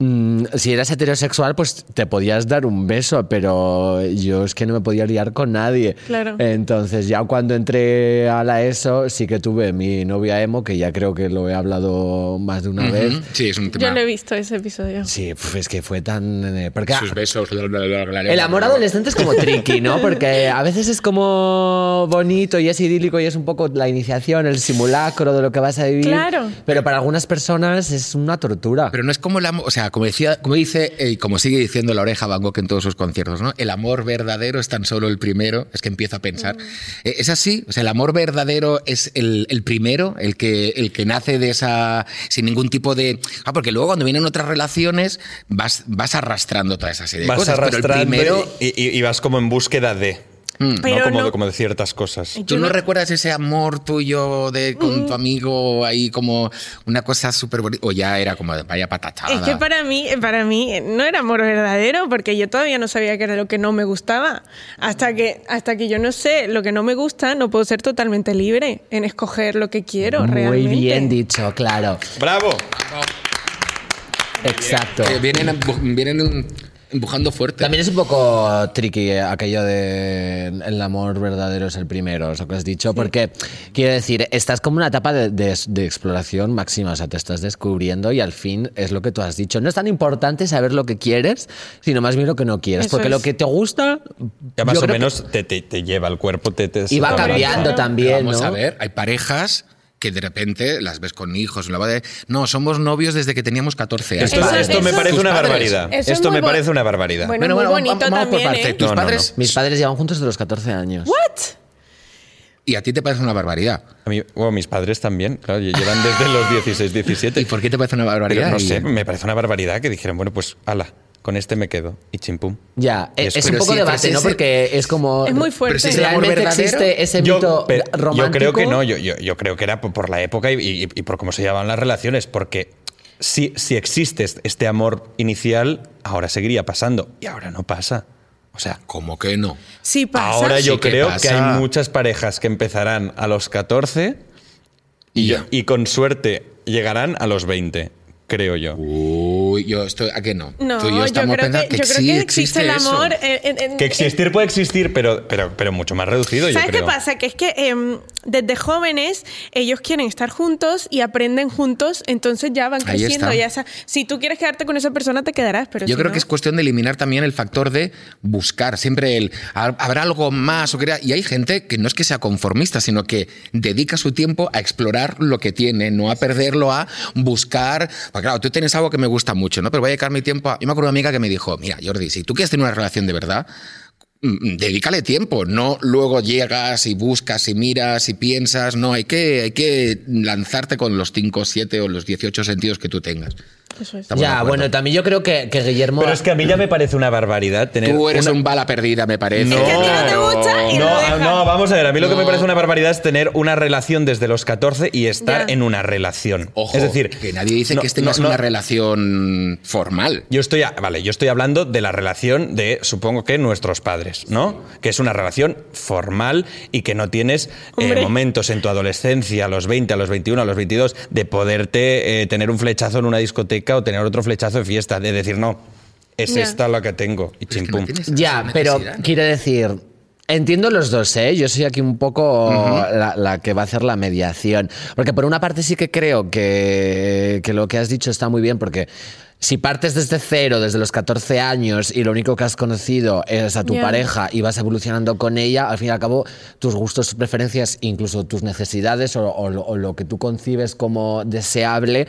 [SPEAKER 2] mm, si eras heterosexual, pues te podías dar un beso, pero yo es que no me podía liar con nadie.
[SPEAKER 3] Claro.
[SPEAKER 2] Entonces, ya cuando entré a la ESO, sí que tuve mi novia emo, que ya creo que lo he hablado más de una vez.
[SPEAKER 1] Sí, es un
[SPEAKER 3] Yo
[SPEAKER 1] tema.
[SPEAKER 3] lo he visto ese episodio.
[SPEAKER 2] Sí, pf, es que fue tan. eh, Porque
[SPEAKER 1] Sus
[SPEAKER 2] ah,
[SPEAKER 1] besos. bla, bla, bla, bla, bla,
[SPEAKER 2] el amor
[SPEAKER 1] bla, bla.
[SPEAKER 2] adolescente es como tricky, ¿no? Porque a veces es como bonito y es idílico y es un poco la iniciación, el simulacro de lo que vas a vivir.
[SPEAKER 3] Claro.
[SPEAKER 2] Pero para algunas personas es una tortura.
[SPEAKER 1] Pero no es como el amor, o sea, como, decía, como dice eh, y como sigue diciendo la oreja Van Gogh en todos sus conciertos, ¿no? El amor verdadero es tan solo el primero, es que empiezo a pensar.
[SPEAKER 3] Mm.
[SPEAKER 1] Eh, ¿Es así? O sea, el amor verdadero es el, el primero, el que, el que nace de esa, sin ningún tipo de... Ah, porque luego cuando vienen otras relaciones vas, vas arrastrando toda esa serie de
[SPEAKER 4] Vas
[SPEAKER 1] cosas,
[SPEAKER 4] arrastrando
[SPEAKER 1] pero el primero...
[SPEAKER 4] y, y- y vas como en búsqueda de... Mm, ¿no?
[SPEAKER 3] Pero
[SPEAKER 4] Como,
[SPEAKER 3] no-
[SPEAKER 4] de- como de ciertas cosas.
[SPEAKER 1] ¿Tú
[SPEAKER 3] Yo
[SPEAKER 1] no,
[SPEAKER 3] no- Mm.
[SPEAKER 1] recuerdas ese amor tuyo de con tu amigo ahí como una cosa súper bonita? O ya era como de vaya patachada.
[SPEAKER 3] Es que para mí, para mí eh, no era amor verdadero porque yo todavía no sabía qué era lo que no me gustaba. Hasta que, hasta que yo no sé lo que no me gusta, no puedo ser totalmente libre en escoger lo que quiero
[SPEAKER 2] Muy
[SPEAKER 3] realmente.
[SPEAKER 2] bien dicho, claro.
[SPEAKER 4] ¡Bravo!
[SPEAKER 2] Exacto.
[SPEAKER 1] Eh, vienen, empu- vienen em-, empujando fuerte.
[SPEAKER 2] También es un poco tricky eh, aquello de el amor verdadero es el primero, es lo que has dicho, porque quiero decir, estás como en una etapa de, de- de exploración máxima, o sea, te estás descubriendo y al fin es lo que tú has dicho. No es tan importante saber lo que quieres, sino más bien lo que no quieres,
[SPEAKER 3] Eso
[SPEAKER 2] porque
[SPEAKER 3] es.
[SPEAKER 2] lo que te gusta,
[SPEAKER 4] Ya más
[SPEAKER 2] yo
[SPEAKER 4] o
[SPEAKER 2] creo que-
[SPEAKER 4] menos te, te- te lleva el cuerpo, te... te
[SPEAKER 2] y va
[SPEAKER 4] te-
[SPEAKER 2] cambiando
[SPEAKER 3] Pero
[SPEAKER 2] también,
[SPEAKER 1] Vamos
[SPEAKER 2] ¿no?
[SPEAKER 1] a ver, hay parejas que de repente las ves con hijos, la madre, no, somos novios desde que teníamos 14 años.
[SPEAKER 4] Esto,
[SPEAKER 3] Eso-
[SPEAKER 4] esto me
[SPEAKER 3] eso-
[SPEAKER 4] parece
[SPEAKER 1] Tus
[SPEAKER 4] una
[SPEAKER 1] padres.
[SPEAKER 4] barbaridad.
[SPEAKER 3] Eso es
[SPEAKER 4] esto
[SPEAKER 3] muy
[SPEAKER 4] me
[SPEAKER 3] bo-
[SPEAKER 4] parece una barbaridad.
[SPEAKER 3] Bueno,
[SPEAKER 1] Bueno,
[SPEAKER 3] muy
[SPEAKER 1] bueno,
[SPEAKER 3] bonito
[SPEAKER 1] vamos por
[SPEAKER 3] también,
[SPEAKER 1] parte.
[SPEAKER 3] ¿eh?
[SPEAKER 1] Tus
[SPEAKER 4] No, no,
[SPEAKER 1] padres
[SPEAKER 2] Mis padres llevan juntos de los 14 años.
[SPEAKER 3] ¿What?
[SPEAKER 1] y a ti te parece una barbaridad.
[SPEAKER 4] A mí- bueno, mis padres también, claro, lle- llevan desde los 16, 17.
[SPEAKER 1] ¿Y por qué te parece una barbaridad?
[SPEAKER 4] Pero no
[SPEAKER 1] Y-
[SPEAKER 4] sé, me parece una barbaridad que dijeran, bueno, pues ala, con este me quedo. Y chimpum.
[SPEAKER 2] Ya,
[SPEAKER 4] Y
[SPEAKER 2] es, es
[SPEAKER 4] eso.
[SPEAKER 2] un
[SPEAKER 1] Pero
[SPEAKER 2] poco
[SPEAKER 1] si
[SPEAKER 2] debate,
[SPEAKER 1] tras
[SPEAKER 2] ¿no?
[SPEAKER 1] ese-
[SPEAKER 2] Porque es como...
[SPEAKER 3] Es muy fuerte.
[SPEAKER 1] Pero si es el amor
[SPEAKER 2] ¿Realmente
[SPEAKER 1] verdadero,
[SPEAKER 2] existe ese mito
[SPEAKER 4] pe-
[SPEAKER 2] romántico?
[SPEAKER 4] yo creo que no, yo, yo- yo creo que era po- por la época y, y- y por cómo se llevaban las relaciones, porque si, si existe est- este amor inicial, ahora seguiría pasando y ahora no pasa. O sea,
[SPEAKER 1] ¿Cómo que no?
[SPEAKER 3] Sí pasa.
[SPEAKER 4] ahora yo
[SPEAKER 1] Sí que
[SPEAKER 4] creo
[SPEAKER 1] pasa.
[SPEAKER 4] que hay muchas parejas que empezarán a los 14 y,
[SPEAKER 1] Ya.
[SPEAKER 4] yo- y con suerte llegarán a los 20, creo yo.
[SPEAKER 1] Uh. Uy, yo estoy. ¿A qué no?
[SPEAKER 3] No,
[SPEAKER 1] Tú y
[SPEAKER 3] yo,
[SPEAKER 1] yo estamos
[SPEAKER 3] creo
[SPEAKER 1] pensando
[SPEAKER 3] que, yo creo
[SPEAKER 1] sí
[SPEAKER 3] que existe el
[SPEAKER 1] eso.
[SPEAKER 3] amor. eh, en- en-
[SPEAKER 4] Que
[SPEAKER 3] en-
[SPEAKER 4] existir puede existir, pero, pero, pero mucho más reducido, yo
[SPEAKER 3] ¿Sabes qué
[SPEAKER 4] creo.
[SPEAKER 3] pasa? Que es que em, desde jóvenes ellos quieren estar juntos y aprenden juntos, entonces ya van
[SPEAKER 1] Ahí
[SPEAKER 3] creciendo.
[SPEAKER 1] está.
[SPEAKER 3] Ya sa- si tú quieres quedarte con esa persona, te quedarás. Pero
[SPEAKER 1] Yo
[SPEAKER 3] si
[SPEAKER 1] creo
[SPEAKER 3] no-
[SPEAKER 1] que es cuestión de eliminar también el factor de buscar, siempre el "Ha- habrá algo más o que era-". y hay gente que no es que sea conformista, sino que dedica su tiempo a explorar lo que tiene, no a perderlo a buscar, Porque, claro, tú tienes algo que me gusta mucho, ¿no? Pero voy a dedicar mi tiempo a Yo me acuerdo de una amiga que me dijo, "Mira, Jordi, si tú quieres tener una relación de verdad, mm, mm, Dedícale tiempo, no luego llegas y buscas y miras y piensas, no, hay que, hay que lanzarte con los 5, 7 o los 18 sentidos que tú tengas.
[SPEAKER 3] Eso es.
[SPEAKER 1] Estamos de
[SPEAKER 2] Ya,
[SPEAKER 1] acuerdo.
[SPEAKER 2] bueno, también yo creo que, que Guillermo...
[SPEAKER 4] Pero es que a mí ya me parece una barbaridad tener
[SPEAKER 1] Tú eres
[SPEAKER 4] una-
[SPEAKER 1] un bala perdida, me parece.
[SPEAKER 3] Es que a ti no te gusta y
[SPEAKER 4] no,
[SPEAKER 3] lo
[SPEAKER 4] a-
[SPEAKER 3] dejas.
[SPEAKER 4] no, vamos a ver. A mí lo que me
[SPEAKER 1] No.
[SPEAKER 4] parece una barbaridad es tener una relación desde los 14 y estar
[SPEAKER 3] Ya.
[SPEAKER 4] en una relación.
[SPEAKER 1] Ojo,
[SPEAKER 4] es decir,
[SPEAKER 1] que nadie dice
[SPEAKER 4] no,
[SPEAKER 1] que tengas
[SPEAKER 4] no, no.
[SPEAKER 1] una relación formal.
[SPEAKER 4] Yo estoy, a- vale, yo estoy hablando de la relación de, supongo que nuestros padres, ¿no? Que es una relación formal y que no tienes eh,
[SPEAKER 3] Hombre.
[SPEAKER 4] momentos en tu adolescencia, a los 20, a los 21, a los 22, de poderte eh, tener un flechazo en una discoteca o tener otro flechazo en fiesta, de decir, no, es
[SPEAKER 3] Ya.
[SPEAKER 4] esta la que tengo y
[SPEAKER 1] Es que no
[SPEAKER 4] chimpum.
[SPEAKER 1] tienes
[SPEAKER 2] Ya,
[SPEAKER 1] esa
[SPEAKER 2] pero
[SPEAKER 1] necesidad.
[SPEAKER 2] quiero decir, entiendo los dos, ¿eh? Yo soy aquí un poco la, la que va a hacer la mediación. Porque por una parte sí que creo que, que lo que has dicho está muy bien, porque si partes desde cero, desde los 14 años, y lo único que has conocido es a tu
[SPEAKER 3] Ya.
[SPEAKER 2] pareja y vas evolucionando con ella, al fin y al cabo, tus gustos, tus preferencias, incluso tus necesidades o, o lo- o lo que tú concibes como deseable,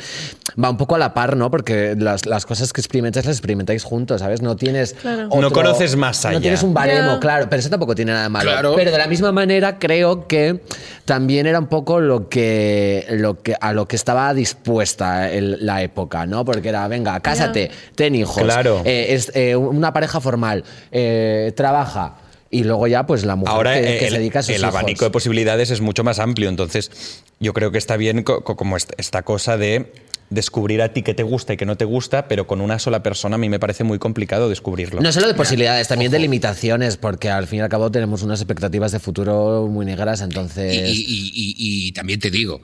[SPEAKER 2] va un poco a la par, ¿no? Porque las, las cosas que experimentáis las experimentáis juntos, ¿sabes? No tienes
[SPEAKER 3] Claro.
[SPEAKER 4] No conoces más allá.
[SPEAKER 2] no tienes un baremo,
[SPEAKER 3] Ya.
[SPEAKER 2] claro, pero eso tampoco tiene nada de malo.
[SPEAKER 1] Claro.
[SPEAKER 2] Pero de la misma manera creo que también era un poco lo que, lo que a lo que estaba dispuesta el- la época, ¿no? Porque era, venga, cásate, ten hijos,
[SPEAKER 4] Claro.
[SPEAKER 2] eh, es, eh, una pareja formal, eh, trabaja y luego ya pues la mujer
[SPEAKER 4] Ahora
[SPEAKER 2] que, que
[SPEAKER 4] el,
[SPEAKER 2] se dedica a sus
[SPEAKER 4] el abanico de
[SPEAKER 2] hijos.
[SPEAKER 4] posibilidades es mucho más amplio, entonces yo creo que está bien co- co- como est- esta cosa de descubrir a ti qué te gusta y qué no te gusta, pero con una sola persona a mí me parece muy complicado descubrirlo.
[SPEAKER 2] No solo de posibilidades, también de limitaciones, porque al fin y al cabo tenemos unas expectativas de futuro muy negras, entonces...
[SPEAKER 1] Y, y- y- y- y también te digo,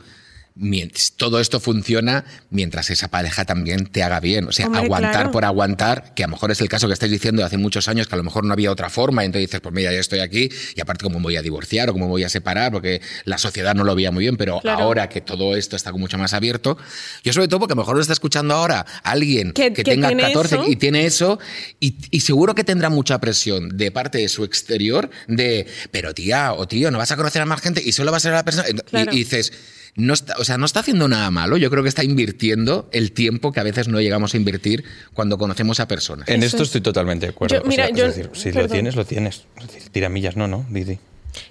[SPEAKER 1] mient- todo esto funciona mientras esa pareja también te haga bien. O sea,
[SPEAKER 3] Hombre,
[SPEAKER 1] aguantar
[SPEAKER 3] claro.
[SPEAKER 1] por aguantar, que a lo mejor es el caso que estáis diciendo de hace muchos años, que a lo mejor no había otra forma, y entonces dices, pues mira, ya estoy aquí, y aparte cómo me voy a divorciar o cómo me voy a separar, porque la sociedad no lo veía muy bien, pero
[SPEAKER 3] Claro.
[SPEAKER 1] ahora que todo esto está mucho más abierto, yo sobre todo porque a lo mejor lo está escuchando ahora alguien
[SPEAKER 3] Que-
[SPEAKER 1] que,
[SPEAKER 3] que
[SPEAKER 1] tenga
[SPEAKER 3] tiene
[SPEAKER 1] 14
[SPEAKER 3] eso.
[SPEAKER 1] y tiene eso y, y seguro que tendrá mucha presión de parte de su exterior de, pero tía o tío, no vas a conocer a más gente y solo vas a ser a la persona. Ent- y-
[SPEAKER 3] Claro.
[SPEAKER 1] Y, dices, no está, o sea, no está haciendo nada malo, yo creo que está invirtiendo el tiempo que a veces no llegamos a invertir cuando conocemos a personas.
[SPEAKER 4] En
[SPEAKER 3] Eso
[SPEAKER 4] esto
[SPEAKER 3] es.
[SPEAKER 4] estoy totalmente de acuerdo.
[SPEAKER 3] Yo-
[SPEAKER 4] O
[SPEAKER 3] mira,
[SPEAKER 4] sea, es
[SPEAKER 3] yo-
[SPEAKER 4] decir, si lo
[SPEAKER 3] perdón.
[SPEAKER 4] tienes, lo tienes. Es decir, tiramillas, no, no, Didi.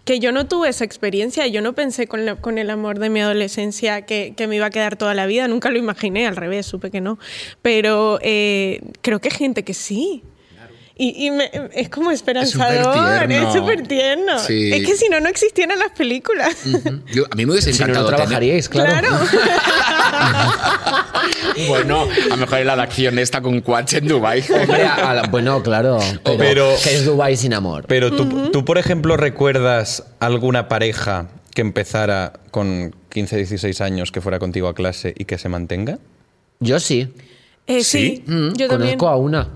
[SPEAKER 3] que yo no tuve esa experiencia, yo no pensé con, la- con el amor de mi adolescencia que, que me iba a quedar toda la vida, nunca lo imaginé, al revés, supe que no, pero eh, creo que hay gente que sí. Y, y me- es como esperanzador, es
[SPEAKER 1] supertierno.
[SPEAKER 3] súper tierno.
[SPEAKER 1] Sí.
[SPEAKER 3] Es que si no, no existieran las películas.
[SPEAKER 1] Yo- a mí me hubiese
[SPEAKER 2] si no,
[SPEAKER 1] encantado
[SPEAKER 2] no
[SPEAKER 1] tener-
[SPEAKER 2] trabajaríais, claro.
[SPEAKER 3] claro.
[SPEAKER 1] Bueno, a lo mejor la de acción esta con Quatch en Dubai.
[SPEAKER 2] Hombre, a- a la- bueno, claro. Pero,
[SPEAKER 4] Pero-
[SPEAKER 2] que es Dubai sin amor.
[SPEAKER 4] Pero tú, tú, por ejemplo, ¿recuerdas alguna pareja que empezara con 15, 16 años, que fuera contigo a clase y que se mantenga?
[SPEAKER 2] Yo sí. Mm,
[SPEAKER 3] Eh, sí, yo también.
[SPEAKER 2] Conozco a una.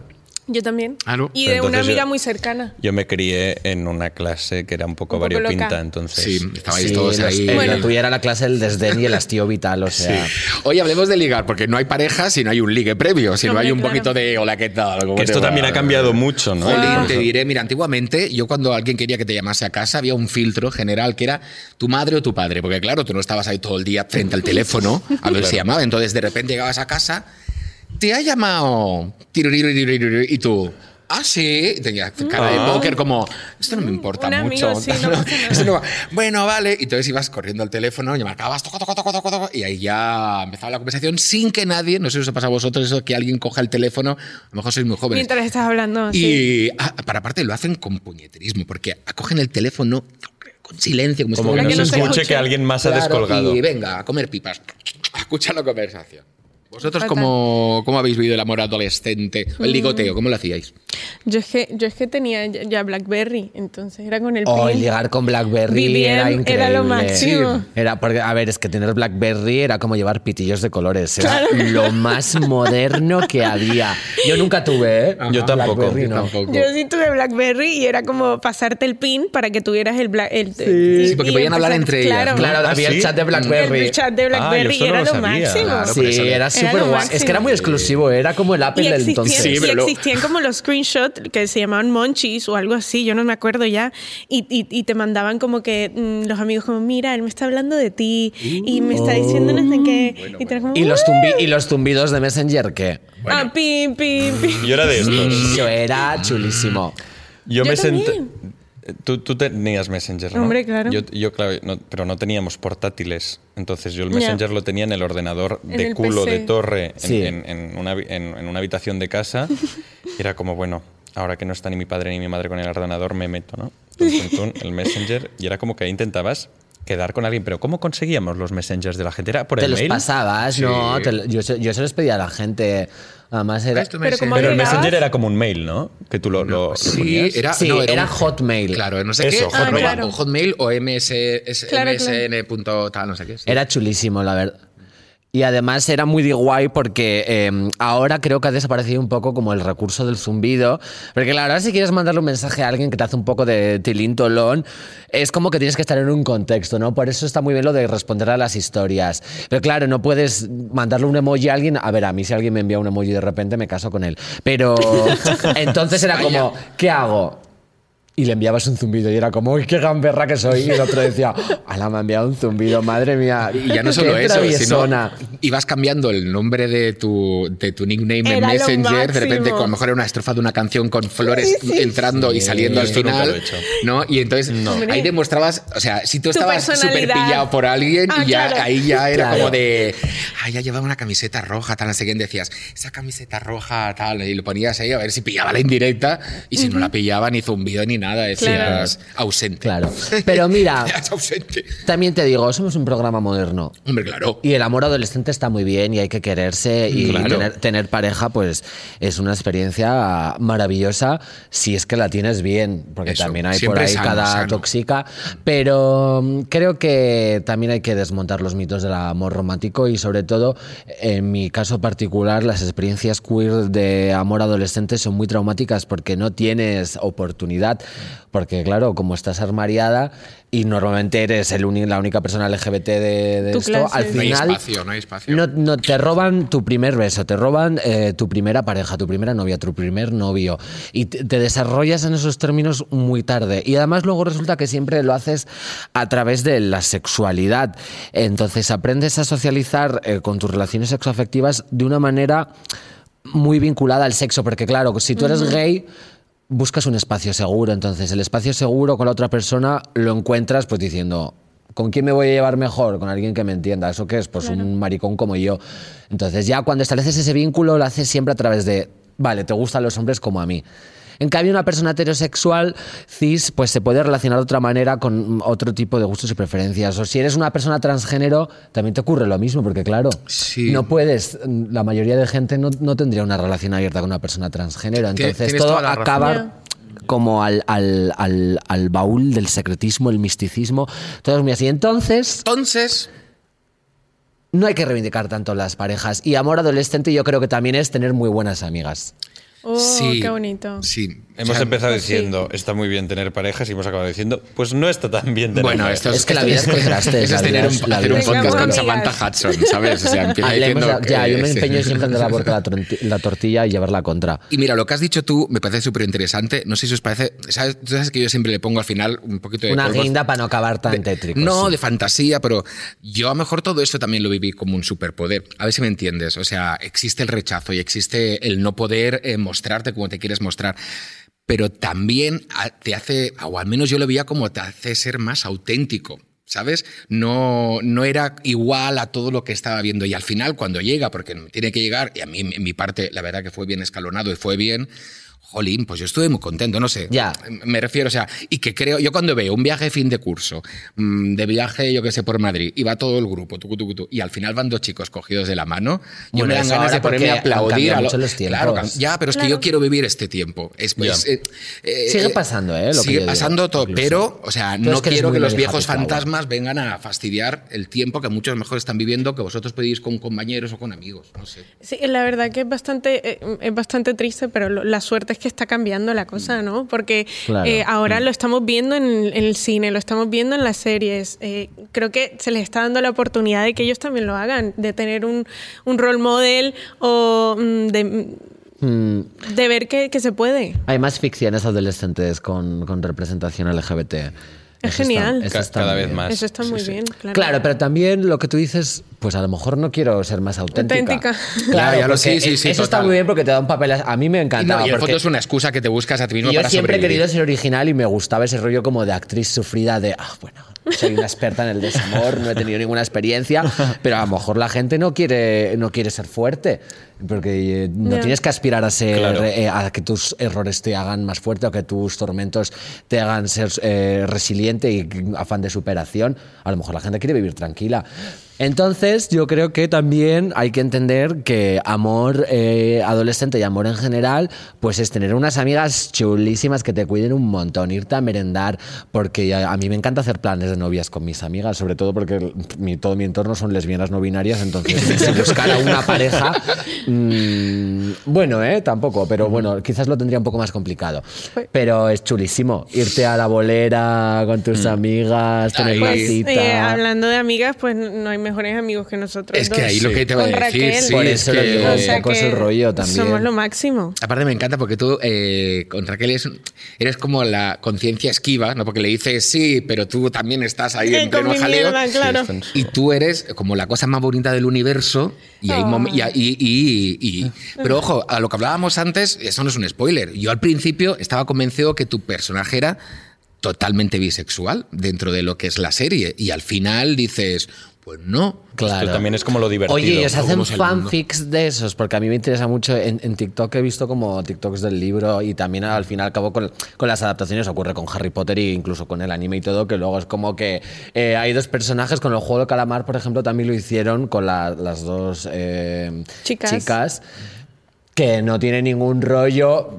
[SPEAKER 3] Yo también.
[SPEAKER 5] Ah, no.
[SPEAKER 3] Y
[SPEAKER 4] Pero
[SPEAKER 3] de una
[SPEAKER 4] entonces yo-
[SPEAKER 3] amiga muy cercana.
[SPEAKER 4] Yo me crié en una clase que era un poco
[SPEAKER 3] Un poco
[SPEAKER 4] variopinta,
[SPEAKER 3] loca.
[SPEAKER 4] entonces.
[SPEAKER 1] Sí, estabais
[SPEAKER 2] Sí,
[SPEAKER 1] todos
[SPEAKER 2] los-
[SPEAKER 1] ahí.
[SPEAKER 2] eh,
[SPEAKER 3] Bueno.
[SPEAKER 2] La tuya era la clase del desdén y el hastío vital, o sea.
[SPEAKER 1] Oye, hablemos de ligar, porque no hay pareja si no hay un ligue previo, si no
[SPEAKER 3] Hombre,
[SPEAKER 1] hay un
[SPEAKER 3] claro.
[SPEAKER 1] poquito de hola, ¿qué tal? ¿Cómo
[SPEAKER 4] Que esto
[SPEAKER 1] te va?
[SPEAKER 4] también ha cambiado mucho, ¿no?
[SPEAKER 1] Jolín,
[SPEAKER 4] Por
[SPEAKER 1] te
[SPEAKER 4] eso.
[SPEAKER 1] diré, mira, antiguamente yo cuando alguien quería que te llamase a casa había un filtro general que era tu madre o tu padre, porque claro, tú no estabas ahí todo el día frente al teléfono a ver si llamaba, entonces de repente llegabas a casa, te ha llamado tiriririririririr, y tú... Ah, sí, y tenías cara de
[SPEAKER 4] Ah.
[SPEAKER 1] póker como, esto no me importa
[SPEAKER 3] Un amigo,
[SPEAKER 1] mucho.
[SPEAKER 3] sí, no pasa nada.
[SPEAKER 1] Esto no va. bueno, vale. Y entonces ibas corriendo al teléfono y marcabas, toco, toco, toco, toco, toco, y ahí ya empezaba la conversación sin que nadie, no sé si os pasa a vosotros eso, que alguien coja el teléfono, a lo mejor sois muy jóvenes,
[SPEAKER 3] Mientras estás hablando. sí.
[SPEAKER 1] y ah, para aparte lo hacen con puñeterismo, porque acogen el teléfono con silencio, como, si
[SPEAKER 4] Como que
[SPEAKER 1] fuera
[SPEAKER 4] no
[SPEAKER 3] que
[SPEAKER 4] se
[SPEAKER 3] no se
[SPEAKER 4] escuche
[SPEAKER 3] escuche.
[SPEAKER 4] que alguien más ha
[SPEAKER 1] Claro,
[SPEAKER 4] descolgado.
[SPEAKER 1] Y venga, a comer pipas. A escuchar la conversación. ¿Vosotros
[SPEAKER 3] Fatal.
[SPEAKER 1] cómo, cómo habéis vivido el amor adolescente? El
[SPEAKER 3] Mm.
[SPEAKER 1] ligoteo, ¿cómo lo hacíais?
[SPEAKER 3] Yo es que, yo es que tenía ya ya Blackberry, entonces era con el
[SPEAKER 2] O
[SPEAKER 3] pin.
[SPEAKER 2] oh, el ligar con BlackBerry
[SPEAKER 3] BBM
[SPEAKER 2] era increíble.
[SPEAKER 3] era lo máximo.
[SPEAKER 2] Era porque, a ver, es que tener BlackBerry era como llevar pitillos de colores. Era lo más moderno que había. Yo nunca tuve, ¿eh?
[SPEAKER 4] Yo tampoco.
[SPEAKER 2] BlackBerry
[SPEAKER 4] Yo
[SPEAKER 2] no.
[SPEAKER 1] Tampoco.
[SPEAKER 3] Yo sí tuve Blackberry y era como pasarte el pin para que tuvieras el Black. El,
[SPEAKER 1] Sí, porque podían hablar entre ellas, ¿no?
[SPEAKER 2] Claro,
[SPEAKER 4] ¿Ah,
[SPEAKER 2] había
[SPEAKER 4] sí?
[SPEAKER 2] el chat de BlackBerry. Ah,
[SPEAKER 3] El chat de
[SPEAKER 4] Ah, yo
[SPEAKER 3] Blackberry
[SPEAKER 4] eso no
[SPEAKER 3] era
[SPEAKER 4] lo
[SPEAKER 3] lo,
[SPEAKER 4] sabía.
[SPEAKER 1] Mm.
[SPEAKER 3] máximo.
[SPEAKER 1] Claro,
[SPEAKER 2] Sí,
[SPEAKER 1] por eso-
[SPEAKER 2] era
[SPEAKER 1] era
[SPEAKER 2] súper
[SPEAKER 3] lo
[SPEAKER 2] guay.
[SPEAKER 3] máximo.
[SPEAKER 2] Es que era muy exclusivo, era como el Apple
[SPEAKER 3] Y
[SPEAKER 2] del
[SPEAKER 3] existían,
[SPEAKER 2] entonces.
[SPEAKER 1] Sí,
[SPEAKER 3] y
[SPEAKER 1] pero luego-
[SPEAKER 3] existían como los screenshots que se llamaban monchis o algo así, yo no me acuerdo ya, y, y- y te mandaban como que mm, los amigos como, mira, él me está hablando de ti y me está diciendo no sé qué. y tú eras como,
[SPEAKER 2] Y los,
[SPEAKER 3] "Uh".
[SPEAKER 2] tumbi- y los tumbidos de Messenger, que
[SPEAKER 3] Ah, pim, pim, pim.
[SPEAKER 4] Yo era de estos.
[SPEAKER 2] eso era chulísimo.
[SPEAKER 4] Yo,
[SPEAKER 3] Yo
[SPEAKER 4] me senté.
[SPEAKER 3] también.
[SPEAKER 4] Tú, tú tenías Messenger, ¿no?
[SPEAKER 3] Hombre, claro.
[SPEAKER 4] Yo, yo, claro, no- pero no teníamos portátiles. Entonces yo el
[SPEAKER 3] Ya.
[SPEAKER 4] Messenger lo tenía en el ordenador
[SPEAKER 3] En
[SPEAKER 4] de
[SPEAKER 3] el
[SPEAKER 4] culo,
[SPEAKER 3] PC.
[SPEAKER 4] de torre, en,
[SPEAKER 2] Sí.
[SPEAKER 4] en- en una, habi- en- en una habitación de casa. Y era como, bueno, ahora que no está ni mi padre ni mi madre con el ordenador, me meto, ¿no? Tum, tum, tum, el Messenger. Y era como que ahí intentabas quedar con alguien. Pero ¿cómo conseguíamos los Messengers de la gente? ¿Era por
[SPEAKER 2] Te
[SPEAKER 4] el
[SPEAKER 2] los
[SPEAKER 4] mail?
[SPEAKER 2] pasabas, no, te lo- yo, se- yo se los pedía a la gente. Además era...
[SPEAKER 1] Esto me
[SPEAKER 3] Pero
[SPEAKER 1] sé.
[SPEAKER 3] como
[SPEAKER 4] Pero el
[SPEAKER 3] agregabas-
[SPEAKER 4] Messenger era como un mail, ¿no? eh, Que tú lo, lo- lo
[SPEAKER 1] Sí,
[SPEAKER 4] ponías.
[SPEAKER 1] era,
[SPEAKER 2] Sí,
[SPEAKER 1] no,
[SPEAKER 2] era
[SPEAKER 1] un-
[SPEAKER 2] Hotmail.
[SPEAKER 1] Claro, no sé
[SPEAKER 4] Eso,
[SPEAKER 1] qué.
[SPEAKER 4] Ah,
[SPEAKER 1] arroba-
[SPEAKER 3] claro.
[SPEAKER 1] o Hotmail o MS, es-
[SPEAKER 3] Claro,
[SPEAKER 1] MSN. punto Tal, no sé qué. sí.
[SPEAKER 2] Era chulísimo, la verdad. Y además era muy de guay porque eh, ahora creo que ha desaparecido un poco como el recurso del zumbido. Porque la verdad, si quieres mandarle un mensaje a alguien que te hace un poco de tilintolón, es como que tienes que estar en un contexto, ¿no? Por eso está muy bien lo de responder a las historias. Pero claro, no puedes mandarle un emoji a alguien. A ver, a mí si alguien me envía un emoji de repente me caso con él. Pero entonces era como, ¿qué hago? Y le enviabas un zumbido y era como, ¡uy, qué gamberra que soy! Y el otro decía, ¡ala, me ha enviado un zumbido, madre mía!
[SPEAKER 1] Y ya no
[SPEAKER 2] qué
[SPEAKER 1] solo eso, sino
[SPEAKER 2] traviesona".
[SPEAKER 1] ibas cambiando el nombre de tu, de tu nickname en
[SPEAKER 3] Era lo
[SPEAKER 1] Messenger, de repente
[SPEAKER 3] máximo.
[SPEAKER 1] con a lo mejor era una estrofa de una canción con flores entrando y saliendo al
[SPEAKER 4] Esto nunca lo he
[SPEAKER 1] final,
[SPEAKER 4] hecho.
[SPEAKER 1] ¿no? Y entonces
[SPEAKER 3] Hombre.
[SPEAKER 1] ahí demostrabas, o sea, si tú
[SPEAKER 3] Tu
[SPEAKER 1] estabas súper
[SPEAKER 3] personalidad.
[SPEAKER 1] pillado por alguien
[SPEAKER 3] Ah,
[SPEAKER 1] y ya
[SPEAKER 3] claro.
[SPEAKER 1] ahí ya era
[SPEAKER 2] Claro.
[SPEAKER 1] como de, ay, ya llevaba una camiseta roja, tal, no sé quién decías, esa camiseta roja, tal, y lo ponías ahí a ver si pillaba la indirecta y si no la pillaba ni zumbido ni nada, decías ausente.
[SPEAKER 2] Claro. Pero mira-
[SPEAKER 1] Decías ausente.
[SPEAKER 2] También te digo, somos un programa moderno.
[SPEAKER 1] Hombre, claro.
[SPEAKER 2] Y el amor adolescente está muy bien y hay que quererse y
[SPEAKER 1] Claro.
[SPEAKER 2] tener, tener pareja pues es una experiencia maravillosa si es que la tienes bien, porque
[SPEAKER 1] Eso,
[SPEAKER 2] también hay por
[SPEAKER 1] siempre
[SPEAKER 2] ahí
[SPEAKER 1] sano,
[SPEAKER 2] cada
[SPEAKER 1] sano.
[SPEAKER 2] tóxica, pero mm, creo que también hay que desmontar los mitos del amor romántico y sobre todo en mi caso particular las experiencias queer de amor adolescente son muy traumáticas porque no tienes oportunidad, porque claro, como estás armariada y normalmente eres el uni- la única persona LGBT de, de
[SPEAKER 3] Tu
[SPEAKER 2] esto,
[SPEAKER 3] clase,
[SPEAKER 2] al
[SPEAKER 3] sí.
[SPEAKER 1] No hay
[SPEAKER 2] final
[SPEAKER 1] espacio, no hay espacio.
[SPEAKER 2] no, no, te roban tu primer beso, te roban eh, tu primera pareja, tu primera novia, tu primer novio. Y te, te desarrollas en esos términos muy tarde. Y además luego resulta que siempre lo haces a través de la sexualidad. Entonces aprendes a socializar eh, con tus relaciones sexoafectivas de una manera muy vinculada al sexo, porque claro, si tú eres gay, buscas un espacio seguro, entonces el espacio seguro con la otra persona lo encuentras pues diciendo, ¿con quién me voy a llevar mejor? Con alguien que me entienda, ¿eso qué es? Pues un maricón como yo. Entonces ya cuando estableces ese vínculo lo haces siempre a través de, vale, te gustan los hombres como a mí. En cambio, una persona heterosexual cis pues se puede relacionar de otra manera con otro tipo de gustos y preferencias. O si eres una persona transgénero, también te ocurre lo mismo, porque claro,
[SPEAKER 1] Sí.
[SPEAKER 2] no puedes, la mayoría de gente no, no tendría una relación abierta con una persona transgénero.
[SPEAKER 1] Tienes-
[SPEAKER 2] Entonces
[SPEAKER 1] tienes
[SPEAKER 2] todo
[SPEAKER 1] toda la razón.
[SPEAKER 2] acaba como al, al- al- al baúl del secretismo, el misticismo, todo es muy así. Entonces,
[SPEAKER 1] Entonces,
[SPEAKER 2] no hay que reivindicar tanto las parejas. Y amor adolescente yo creo que también es tener muy buenas amigas.
[SPEAKER 3] Oh,
[SPEAKER 1] sí,
[SPEAKER 3] qué bonito.
[SPEAKER 1] Sí.
[SPEAKER 4] Hemos
[SPEAKER 1] O sea,
[SPEAKER 4] empezado
[SPEAKER 3] pues sí.
[SPEAKER 4] diciendo, está muy bien tener parejas y hemos acabado diciendo, pues no está tan bien tener
[SPEAKER 1] Bueno,
[SPEAKER 4] parejas.
[SPEAKER 1] esto
[SPEAKER 2] Es que la vida es contrastes,
[SPEAKER 1] Eso
[SPEAKER 2] la
[SPEAKER 1] es
[SPEAKER 2] vida
[SPEAKER 1] tener un,
[SPEAKER 2] es- la
[SPEAKER 1] hacer
[SPEAKER 2] vida
[SPEAKER 1] un
[SPEAKER 3] es-
[SPEAKER 1] podcast con
[SPEAKER 3] Venga,
[SPEAKER 1] Samantha
[SPEAKER 3] amigas.
[SPEAKER 1] Hudson, ¿sabes? O sea, empieza
[SPEAKER 2] Hablemos
[SPEAKER 1] diciendo
[SPEAKER 2] de- ya,
[SPEAKER 1] que-
[SPEAKER 2] yo me
[SPEAKER 1] sí.
[SPEAKER 2] empeño siempre en dar la vuelta a la, tronti- la tortilla y llevarla contra.
[SPEAKER 1] Y mira, lo que has dicho tú me parece súper interesante. No sé si os parece. ¿sabes? Tú sabes que yo siempre le pongo al final un poquito de. este
[SPEAKER 2] Una
[SPEAKER 1] polvos-
[SPEAKER 2] guinda para no acabar tan tétrico.
[SPEAKER 1] No,
[SPEAKER 2] sí.
[SPEAKER 1] pues, de fantasía, pero yo a lo mejor todo eso también lo viví como un superpoder. A ver si me entiendes. O sea, existe el rechazo y existe el no poder eh, mostrarte como te quieres mostrar. Pero también a- te hace, o al menos yo lo veía como te hace ser más auténtico. ¿Sabes? No, no era igual a todo lo que estaba viendo. Y al final, cuando llega, porque tiene que llegar, y a mí, en mi parte, la verdad que fue bien escalonado y fue bien, jolín, pues yo estuve muy contento, no sé.
[SPEAKER 2] Ya.
[SPEAKER 1] Me refiero, o sea, y que creo, yo cuando veo un viaje de fin de curso, mm, de viaje, yo que sé, por Madrid, y va todo el grupo, tucu, tucu, tucu, y al final van dos chicos cogidos de la mano, yo
[SPEAKER 2] Bueno,
[SPEAKER 1] me dan
[SPEAKER 2] eso
[SPEAKER 1] ganas
[SPEAKER 2] ahora
[SPEAKER 1] de ponerme
[SPEAKER 2] porque
[SPEAKER 1] a
[SPEAKER 2] han
[SPEAKER 1] aplaudir.
[SPEAKER 2] cambiado
[SPEAKER 1] a lo-
[SPEAKER 2] mucho los
[SPEAKER 1] claro,
[SPEAKER 2] tiempos.
[SPEAKER 1] cam- ya, pero es que yo quiero vivir este tiempo. Es, pues,
[SPEAKER 4] Ya.
[SPEAKER 1] eh, eh,
[SPEAKER 2] Sigue
[SPEAKER 1] eh,
[SPEAKER 2] pasando, ¿eh? Lo que yo
[SPEAKER 1] sigue
[SPEAKER 2] digo,
[SPEAKER 1] pasando todo,
[SPEAKER 2] incluso.
[SPEAKER 1] pero, o sea,
[SPEAKER 2] Tú
[SPEAKER 1] no
[SPEAKER 2] es que eres
[SPEAKER 1] quiero
[SPEAKER 2] muy
[SPEAKER 1] que los
[SPEAKER 2] Mary
[SPEAKER 1] viejos
[SPEAKER 2] Happy Flower.
[SPEAKER 1] fantasmas vengan a fastidiar el tiempo que muchos mejor están viviendo, que vosotros podéis con compañeros o con amigos, no sé.
[SPEAKER 3] Sí, la verdad que es bastante, eh, es bastante triste, pero lo- la suerte es que está cambiando la cosa, ¿no? Porque
[SPEAKER 2] Mm. Claro. Mm.
[SPEAKER 3] eh, ahora lo estamos viendo en, en el cine, lo estamos viendo en las series. Eh, creo que se les está dando la oportunidad de que ellos también lo hagan, de tener un, un role model o mm, de,
[SPEAKER 2] Mm,
[SPEAKER 3] de ver que, que se puede.
[SPEAKER 2] Hay más ficciones adolescentes con, con representación LGBT. Es
[SPEAKER 3] genial.
[SPEAKER 4] Ca- cada
[SPEAKER 2] muy
[SPEAKER 4] vez
[SPEAKER 2] bien.
[SPEAKER 4] más.
[SPEAKER 3] Eso está
[SPEAKER 4] Sí,
[SPEAKER 3] muy
[SPEAKER 4] sí.
[SPEAKER 3] bien,
[SPEAKER 2] Ah, Claro.
[SPEAKER 3] claro.
[SPEAKER 2] pero también lo que tú dices, pues a lo mejor no quiero ser más auténtica.
[SPEAKER 3] Auténtica.
[SPEAKER 2] Claro,
[SPEAKER 1] Ya, ya lo-
[SPEAKER 2] porque
[SPEAKER 1] pues sí, sí,
[SPEAKER 2] e-
[SPEAKER 1] sí,
[SPEAKER 2] Eso está
[SPEAKER 1] total.
[SPEAKER 2] muy bien porque te da un papel. as- A mí me
[SPEAKER 1] Y, no,
[SPEAKER 2] encantaba.
[SPEAKER 1] y en el
[SPEAKER 2] Ah, porque
[SPEAKER 1] fondo es una excusa que te buscas a ti mismo
[SPEAKER 2] yo
[SPEAKER 1] para
[SPEAKER 2] siempre he
[SPEAKER 1] sobrevivir.
[SPEAKER 2] querido ser original y me gustaba ese rollo como de actriz sufrida de, ah, bueno, soy una experta en el desamor, no he tenido ninguna experiencia, pero a lo mejor la gente no quiere, no quiere ser fuerte, porque eh, no
[SPEAKER 3] Ya.
[SPEAKER 2] tienes que aspirar a ser,
[SPEAKER 4] Claro.
[SPEAKER 2] eh, a que tus errores te hagan más fuerte o que tus tormentos te hagan ser eh, resiliente y afán de superación. A lo mejor la gente quiere vivir tranquila. Entonces, yo creo que también hay que entender que amor eh, adolescente y amor en general, pues es tener unas amigas chulísimas que te cuiden un montón, irte a merendar, porque a, a mí me encanta hacer planes de novias con mis amigas, sobre todo porque mi- todo mi entorno son lesbianas no binarias, entonces si buscara una pareja, mm, bueno, eh, tampoco, pero bueno, quizás lo tendría un poco más complicado.
[SPEAKER 3] Pues
[SPEAKER 2] Pero es chulísimo irte a la bolera con tus amigas, tener
[SPEAKER 3] Mm. Pues,
[SPEAKER 2] pasita.
[SPEAKER 3] eh, hablando de amigas, pues no hay mejores amigos que nosotros.
[SPEAKER 1] Es que ahí lo
[SPEAKER 3] dos.
[SPEAKER 1] que te va
[SPEAKER 3] Con
[SPEAKER 1] a decir,
[SPEAKER 3] Raquel.
[SPEAKER 1] sí,
[SPEAKER 2] Por
[SPEAKER 1] es
[SPEAKER 2] eso lo
[SPEAKER 1] que-
[SPEAKER 2] digo,
[SPEAKER 3] O sea
[SPEAKER 2] con su
[SPEAKER 3] que
[SPEAKER 2] rollo también.
[SPEAKER 3] Somos lo máximo.
[SPEAKER 1] Aparte me encanta porque tú eh, con Raquel es un- eres como la conciencia esquiva, ¿no? Porque le dices sí, pero tú también estás ahí
[SPEAKER 3] Eh,
[SPEAKER 1] en
[SPEAKER 3] con
[SPEAKER 1] pleno
[SPEAKER 3] mi
[SPEAKER 1] jaleo.
[SPEAKER 3] mierda, claro.
[SPEAKER 4] están-
[SPEAKER 1] Y tú eres como la cosa más bonita del universo. Y hay mom- y, y- y- y-
[SPEAKER 3] Ah.
[SPEAKER 1] Pero ojo, a lo que hablábamos antes, eso no es un spoiler. Yo al principio estaba convencido que tu personaje era totalmente bisexual dentro de lo que es la serie. Y al final dices, pues no.
[SPEAKER 2] Claro.
[SPEAKER 4] Esto también es como lo divertido.
[SPEAKER 2] Oye, ¿y os hacen
[SPEAKER 1] Como es el mundo.
[SPEAKER 2] fanfics de esos? Porque a mí me interesa mucho. En, en TikTok he visto como TikToks del libro y también al fin y al cabo con, con las adaptaciones ocurre con Harry Potter e incluso con el anime y todo, que luego es como que eh, hay dos personajes. Con el juego de Calamar, por ejemplo, también lo hicieron con la- las dos eh,
[SPEAKER 3] Chicas.
[SPEAKER 2] chicas que no tiene ningún rollo.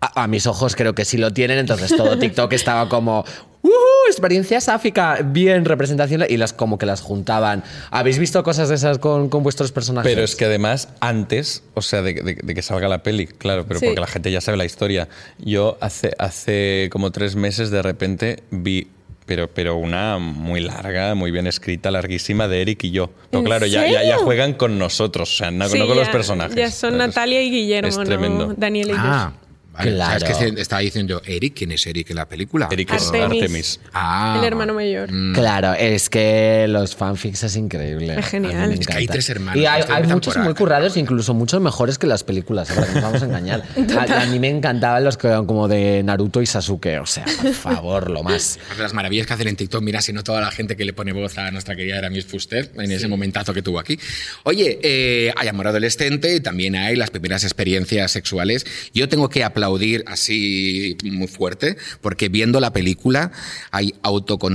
[SPEAKER 2] A, a mis ojos creo que sí lo tienen, entonces todo TikTok estaba como. "Ujú, Experiencia sáfica, bien representación y las como que las juntaban. ¿Habéis visto cosas de esas con, con vuestros personajes?
[SPEAKER 4] Pero es que además, antes, o sea, de, de- de que salga la peli, claro, pero
[SPEAKER 3] Sí.
[SPEAKER 4] porque la gente ya sabe la historia. Yo hace, hace como tres meses de repente vi, pero, pero una muy larga, muy bien escrita, larguísima, de Eric y yo. Pero
[SPEAKER 3] ¿En
[SPEAKER 4] claro, ya, ya, ya
[SPEAKER 3] serio?
[SPEAKER 4] juegan con nosotros, o sea, no,
[SPEAKER 3] Sí,
[SPEAKER 4] no con los
[SPEAKER 3] ya-
[SPEAKER 4] personajes.
[SPEAKER 3] Ya son
[SPEAKER 4] Claro, es-
[SPEAKER 3] Natalia y Guillermo,
[SPEAKER 4] Es
[SPEAKER 3] ¿no?
[SPEAKER 4] tremendo.
[SPEAKER 3] Daniel y yo.
[SPEAKER 1] Ah, vale. O sea, es
[SPEAKER 2] Claro.
[SPEAKER 1] que se- estaba diciendo, Eric, ¿quién es Eric en la película?
[SPEAKER 4] Eric es
[SPEAKER 3] Artemis.
[SPEAKER 4] Artemis.
[SPEAKER 1] Ah,
[SPEAKER 3] el hermano
[SPEAKER 1] vale.
[SPEAKER 3] mayor.
[SPEAKER 2] Claro, es que los fanfics es increíble.
[SPEAKER 3] Es genial.
[SPEAKER 2] A mí me
[SPEAKER 3] Es
[SPEAKER 1] que hay
[SPEAKER 2] encanta.
[SPEAKER 1] tres hermanos,
[SPEAKER 2] Y hay,
[SPEAKER 1] esto
[SPEAKER 2] hay
[SPEAKER 1] empiezan
[SPEAKER 2] muchos
[SPEAKER 1] por A.
[SPEAKER 2] muy currados, incluso muchos mejores que las películas. Ahora nos vamos a engañar. A, a mí me encantaban los que eran como de Naruto y Sasuke. O sea, por favor, lo más.
[SPEAKER 1] Aparte, Las maravillas que hacen en TikTok, mira, si no toda la gente que le pone voz a nuestra querida Aramis Fuster en ese momentazo que tuvo aquí. Oye, eh, hay amor adolescente y también hay las primeras experiencias sexuales. Yo tengo que aplaudir así muy fuerte, porque viendo la película hay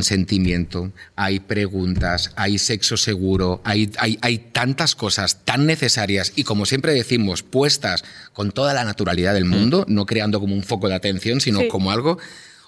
[SPEAKER 1] autoconsentimiento, hay preguntas, hay sexo seguro, hay, hay, hay tantas cosas tan necesarias y, como siempre decimos, puestas con toda la naturalidad del mundo, no creando como un foco de atención, sino
[SPEAKER 3] Mm. Sí.
[SPEAKER 1] como algo.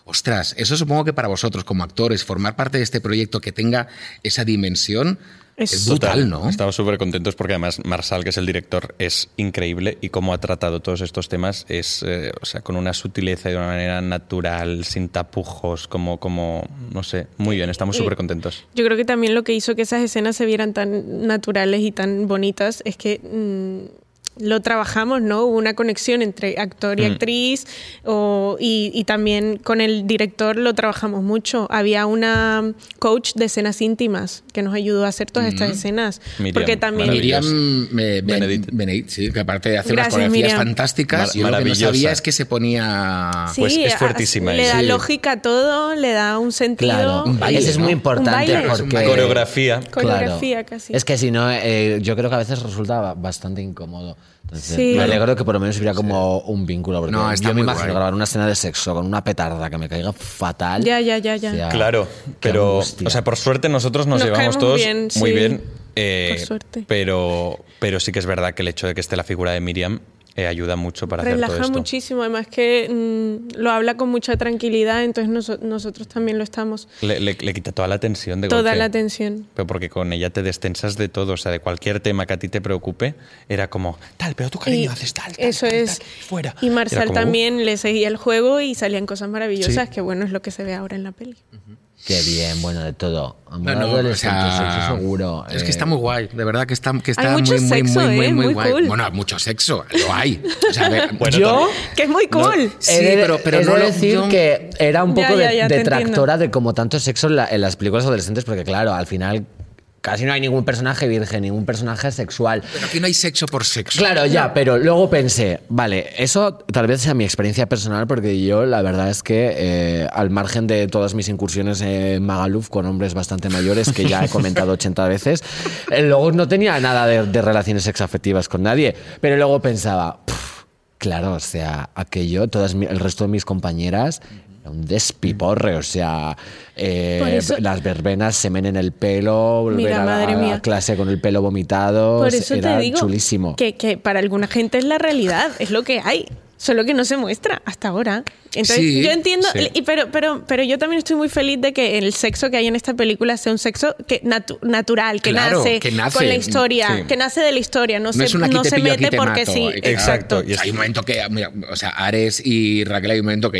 [SPEAKER 1] Ostras, eso supongo que para vosotros como actores, formar parte de este proyecto que tenga esa dimensión
[SPEAKER 3] Es
[SPEAKER 1] es, brutal,
[SPEAKER 4] Total,
[SPEAKER 1] ¿no?
[SPEAKER 4] Estamos súper contentos porque además Marsal, que es el director, es increíble y cómo ha tratado todos estos temas es, eh, o sea, con una sutileza y de una manera natural, sin tapujos, como, como no sé, muy bien, estamos
[SPEAKER 3] Y-
[SPEAKER 4] súper contentos.
[SPEAKER 3] Yo creo que también lo que hizo que esas escenas se vieran tan naturales y tan bonitas es que mm, lo trabajamos, ¿no? Hubo una conexión entre actor y
[SPEAKER 4] Mm.
[SPEAKER 3] actriz o- y, y también con el director lo trabajamos mucho. Había una mm, coach de escenas íntimas que nos ayudó a hacer todas estas escenas.
[SPEAKER 4] Mm. Miriam,
[SPEAKER 3] porque también
[SPEAKER 4] maravilloso.
[SPEAKER 1] Miriam eh, Ben-
[SPEAKER 4] Benedict.
[SPEAKER 1] Benedict, sí, que aparte de hacer
[SPEAKER 3] Gracias,
[SPEAKER 1] unas coreografías
[SPEAKER 3] Miriam.
[SPEAKER 1] fantásticas,
[SPEAKER 4] Mar-
[SPEAKER 1] yo lo que no
[SPEAKER 4] maravillosa.
[SPEAKER 1] sabía es que se ponía...
[SPEAKER 3] Sí,
[SPEAKER 4] Pues es
[SPEAKER 3] a-
[SPEAKER 4] fuertísima
[SPEAKER 3] Le
[SPEAKER 4] ella.
[SPEAKER 3] da
[SPEAKER 4] Sí.
[SPEAKER 3] lógica a todo, le da un sentido.
[SPEAKER 2] Claro,
[SPEAKER 1] Un baile,
[SPEAKER 2] eso es muy
[SPEAKER 1] ¿no?
[SPEAKER 2] importante
[SPEAKER 3] Un baile.
[SPEAKER 1] Es un
[SPEAKER 2] porque...
[SPEAKER 1] baile.
[SPEAKER 4] Coreografía.
[SPEAKER 2] Claro.
[SPEAKER 3] Coreografía casi.
[SPEAKER 2] Es que si no, eh, yo creo que a veces resulta bastante incómodo. Entonces,
[SPEAKER 3] Sí.
[SPEAKER 2] Me alegro que por lo menos hubiera como un vínculo. Porque
[SPEAKER 1] No, está
[SPEAKER 2] yo me
[SPEAKER 1] muy
[SPEAKER 2] imagino
[SPEAKER 1] guay.
[SPEAKER 2] grabar una escena de sexo con una petarda que me caiga fatal.
[SPEAKER 3] Ya, ya, ya, ya.
[SPEAKER 2] O sea,
[SPEAKER 4] Claro,
[SPEAKER 2] Ah, qué
[SPEAKER 4] pero,
[SPEAKER 2] angustia.
[SPEAKER 4] o sea, por suerte nosotros nos,
[SPEAKER 3] Nos
[SPEAKER 4] llevamos
[SPEAKER 3] caemos
[SPEAKER 4] todos
[SPEAKER 3] bien,
[SPEAKER 4] muy
[SPEAKER 3] sí.
[SPEAKER 4] bien. eh,
[SPEAKER 3] Por suerte.
[SPEAKER 4] Pero, pero sí que es verdad que el hecho de que esté la figura de Miriam eh, ayuda mucho para
[SPEAKER 3] Relaja
[SPEAKER 4] hacer todo esto.
[SPEAKER 3] muchísimo, además que mm, lo habla con mucha tranquilidad, entonces noso- nosotros también lo estamos.
[SPEAKER 4] Le, le- le quita toda la tensión de
[SPEAKER 3] Toda
[SPEAKER 4] golpe.
[SPEAKER 3] la tensión.
[SPEAKER 4] Pero porque con ella te destensas de todo, o sea, de cualquier tema que a ti te preocupe, era como, tal, pero tú cariño
[SPEAKER 3] Y
[SPEAKER 4] haces tal, tal,
[SPEAKER 3] Eso
[SPEAKER 4] tal,
[SPEAKER 3] es.
[SPEAKER 4] tal, fuera.
[SPEAKER 3] Y
[SPEAKER 4] Era
[SPEAKER 3] Marcial
[SPEAKER 4] como, "Uh".
[SPEAKER 3] también le seguía el juego y salían cosas maravillosas,
[SPEAKER 4] Sí.
[SPEAKER 3] que bueno, es lo que se ve ahora en la peli.
[SPEAKER 2] Qué bien, bueno, de todo. Amor
[SPEAKER 1] No, no, o
[SPEAKER 2] adolescente,
[SPEAKER 1] sea,
[SPEAKER 2] sexo seguro.
[SPEAKER 1] Es
[SPEAKER 2] eh,
[SPEAKER 1] que está muy guay, de verdad que está, que está
[SPEAKER 3] Hay mucho
[SPEAKER 1] muy, muy,
[SPEAKER 3] sexo,
[SPEAKER 1] muy, muy,
[SPEAKER 3] ¿eh?
[SPEAKER 1] muy,
[SPEAKER 3] Muy
[SPEAKER 1] guay.
[SPEAKER 3] cool.
[SPEAKER 1] Bueno, mucho sexo, lo hay. O sea, a ver,
[SPEAKER 4] Bueno,
[SPEAKER 2] Yo-
[SPEAKER 4] también-
[SPEAKER 3] Que es muy cool.
[SPEAKER 1] Sí,
[SPEAKER 2] he de,
[SPEAKER 1] pero- pero
[SPEAKER 2] he de
[SPEAKER 1] no lo-
[SPEAKER 2] decir
[SPEAKER 1] yo-
[SPEAKER 2] que era un
[SPEAKER 3] Ya,
[SPEAKER 2] poco de-
[SPEAKER 3] ya, ya, te
[SPEAKER 2] detractora de como tanto sexo en, la- en las películas adolescentes, porque claro, al final casi no hay ningún personaje virgen, ningún personaje sexual.
[SPEAKER 1] pero aquí no hay sexo por sexo.
[SPEAKER 2] Claro, ya, pero luego pensé, vale, eso tal vez sea mi experiencia personal, porque yo la verdad es que eh, al margen de todas mis incursiones en Magaluf con hombres bastante mayores, que ya he comentado 80 veces, eh, luego no tenía nada de, de relaciones sexafectivas con nadie, pero luego pensaba, "Pff, claro, o sea, aquello, todas mi- el resto de mis compañeras... era Un despiporre, o sea, eh,
[SPEAKER 3] Por eso-
[SPEAKER 2] las verbenas, semen en el pelo, volver
[SPEAKER 3] Mira,
[SPEAKER 2] a, la,
[SPEAKER 3] madre
[SPEAKER 2] a la
[SPEAKER 3] mía.
[SPEAKER 2] clase con el pelo vomitado,
[SPEAKER 3] Por eso
[SPEAKER 2] era
[SPEAKER 3] te digo
[SPEAKER 2] chulísimo.
[SPEAKER 3] Que, que para alguna gente es la realidad, es lo que hay. Solo que no se muestra hasta ahora. Entonces,
[SPEAKER 1] Sí,
[SPEAKER 3] yo entiendo,
[SPEAKER 4] sí.
[SPEAKER 3] y- pero, pero, pero yo también estoy muy feliz de que el sexo que hay en esta película sea un sexo que natu- natural, que,
[SPEAKER 1] Claro,
[SPEAKER 3] nace
[SPEAKER 1] que nace.
[SPEAKER 3] con la historia,
[SPEAKER 4] Sí.
[SPEAKER 3] que nace de la historia, no,
[SPEAKER 1] No
[SPEAKER 3] se,
[SPEAKER 1] es una
[SPEAKER 3] no se mete
[SPEAKER 1] te
[SPEAKER 3] porque
[SPEAKER 1] mato.
[SPEAKER 3] sí.
[SPEAKER 1] Eh, claro.
[SPEAKER 4] Exacto.
[SPEAKER 1] O sea, hay un momento que, mira, o sea, Ares y Raquel hay un momento que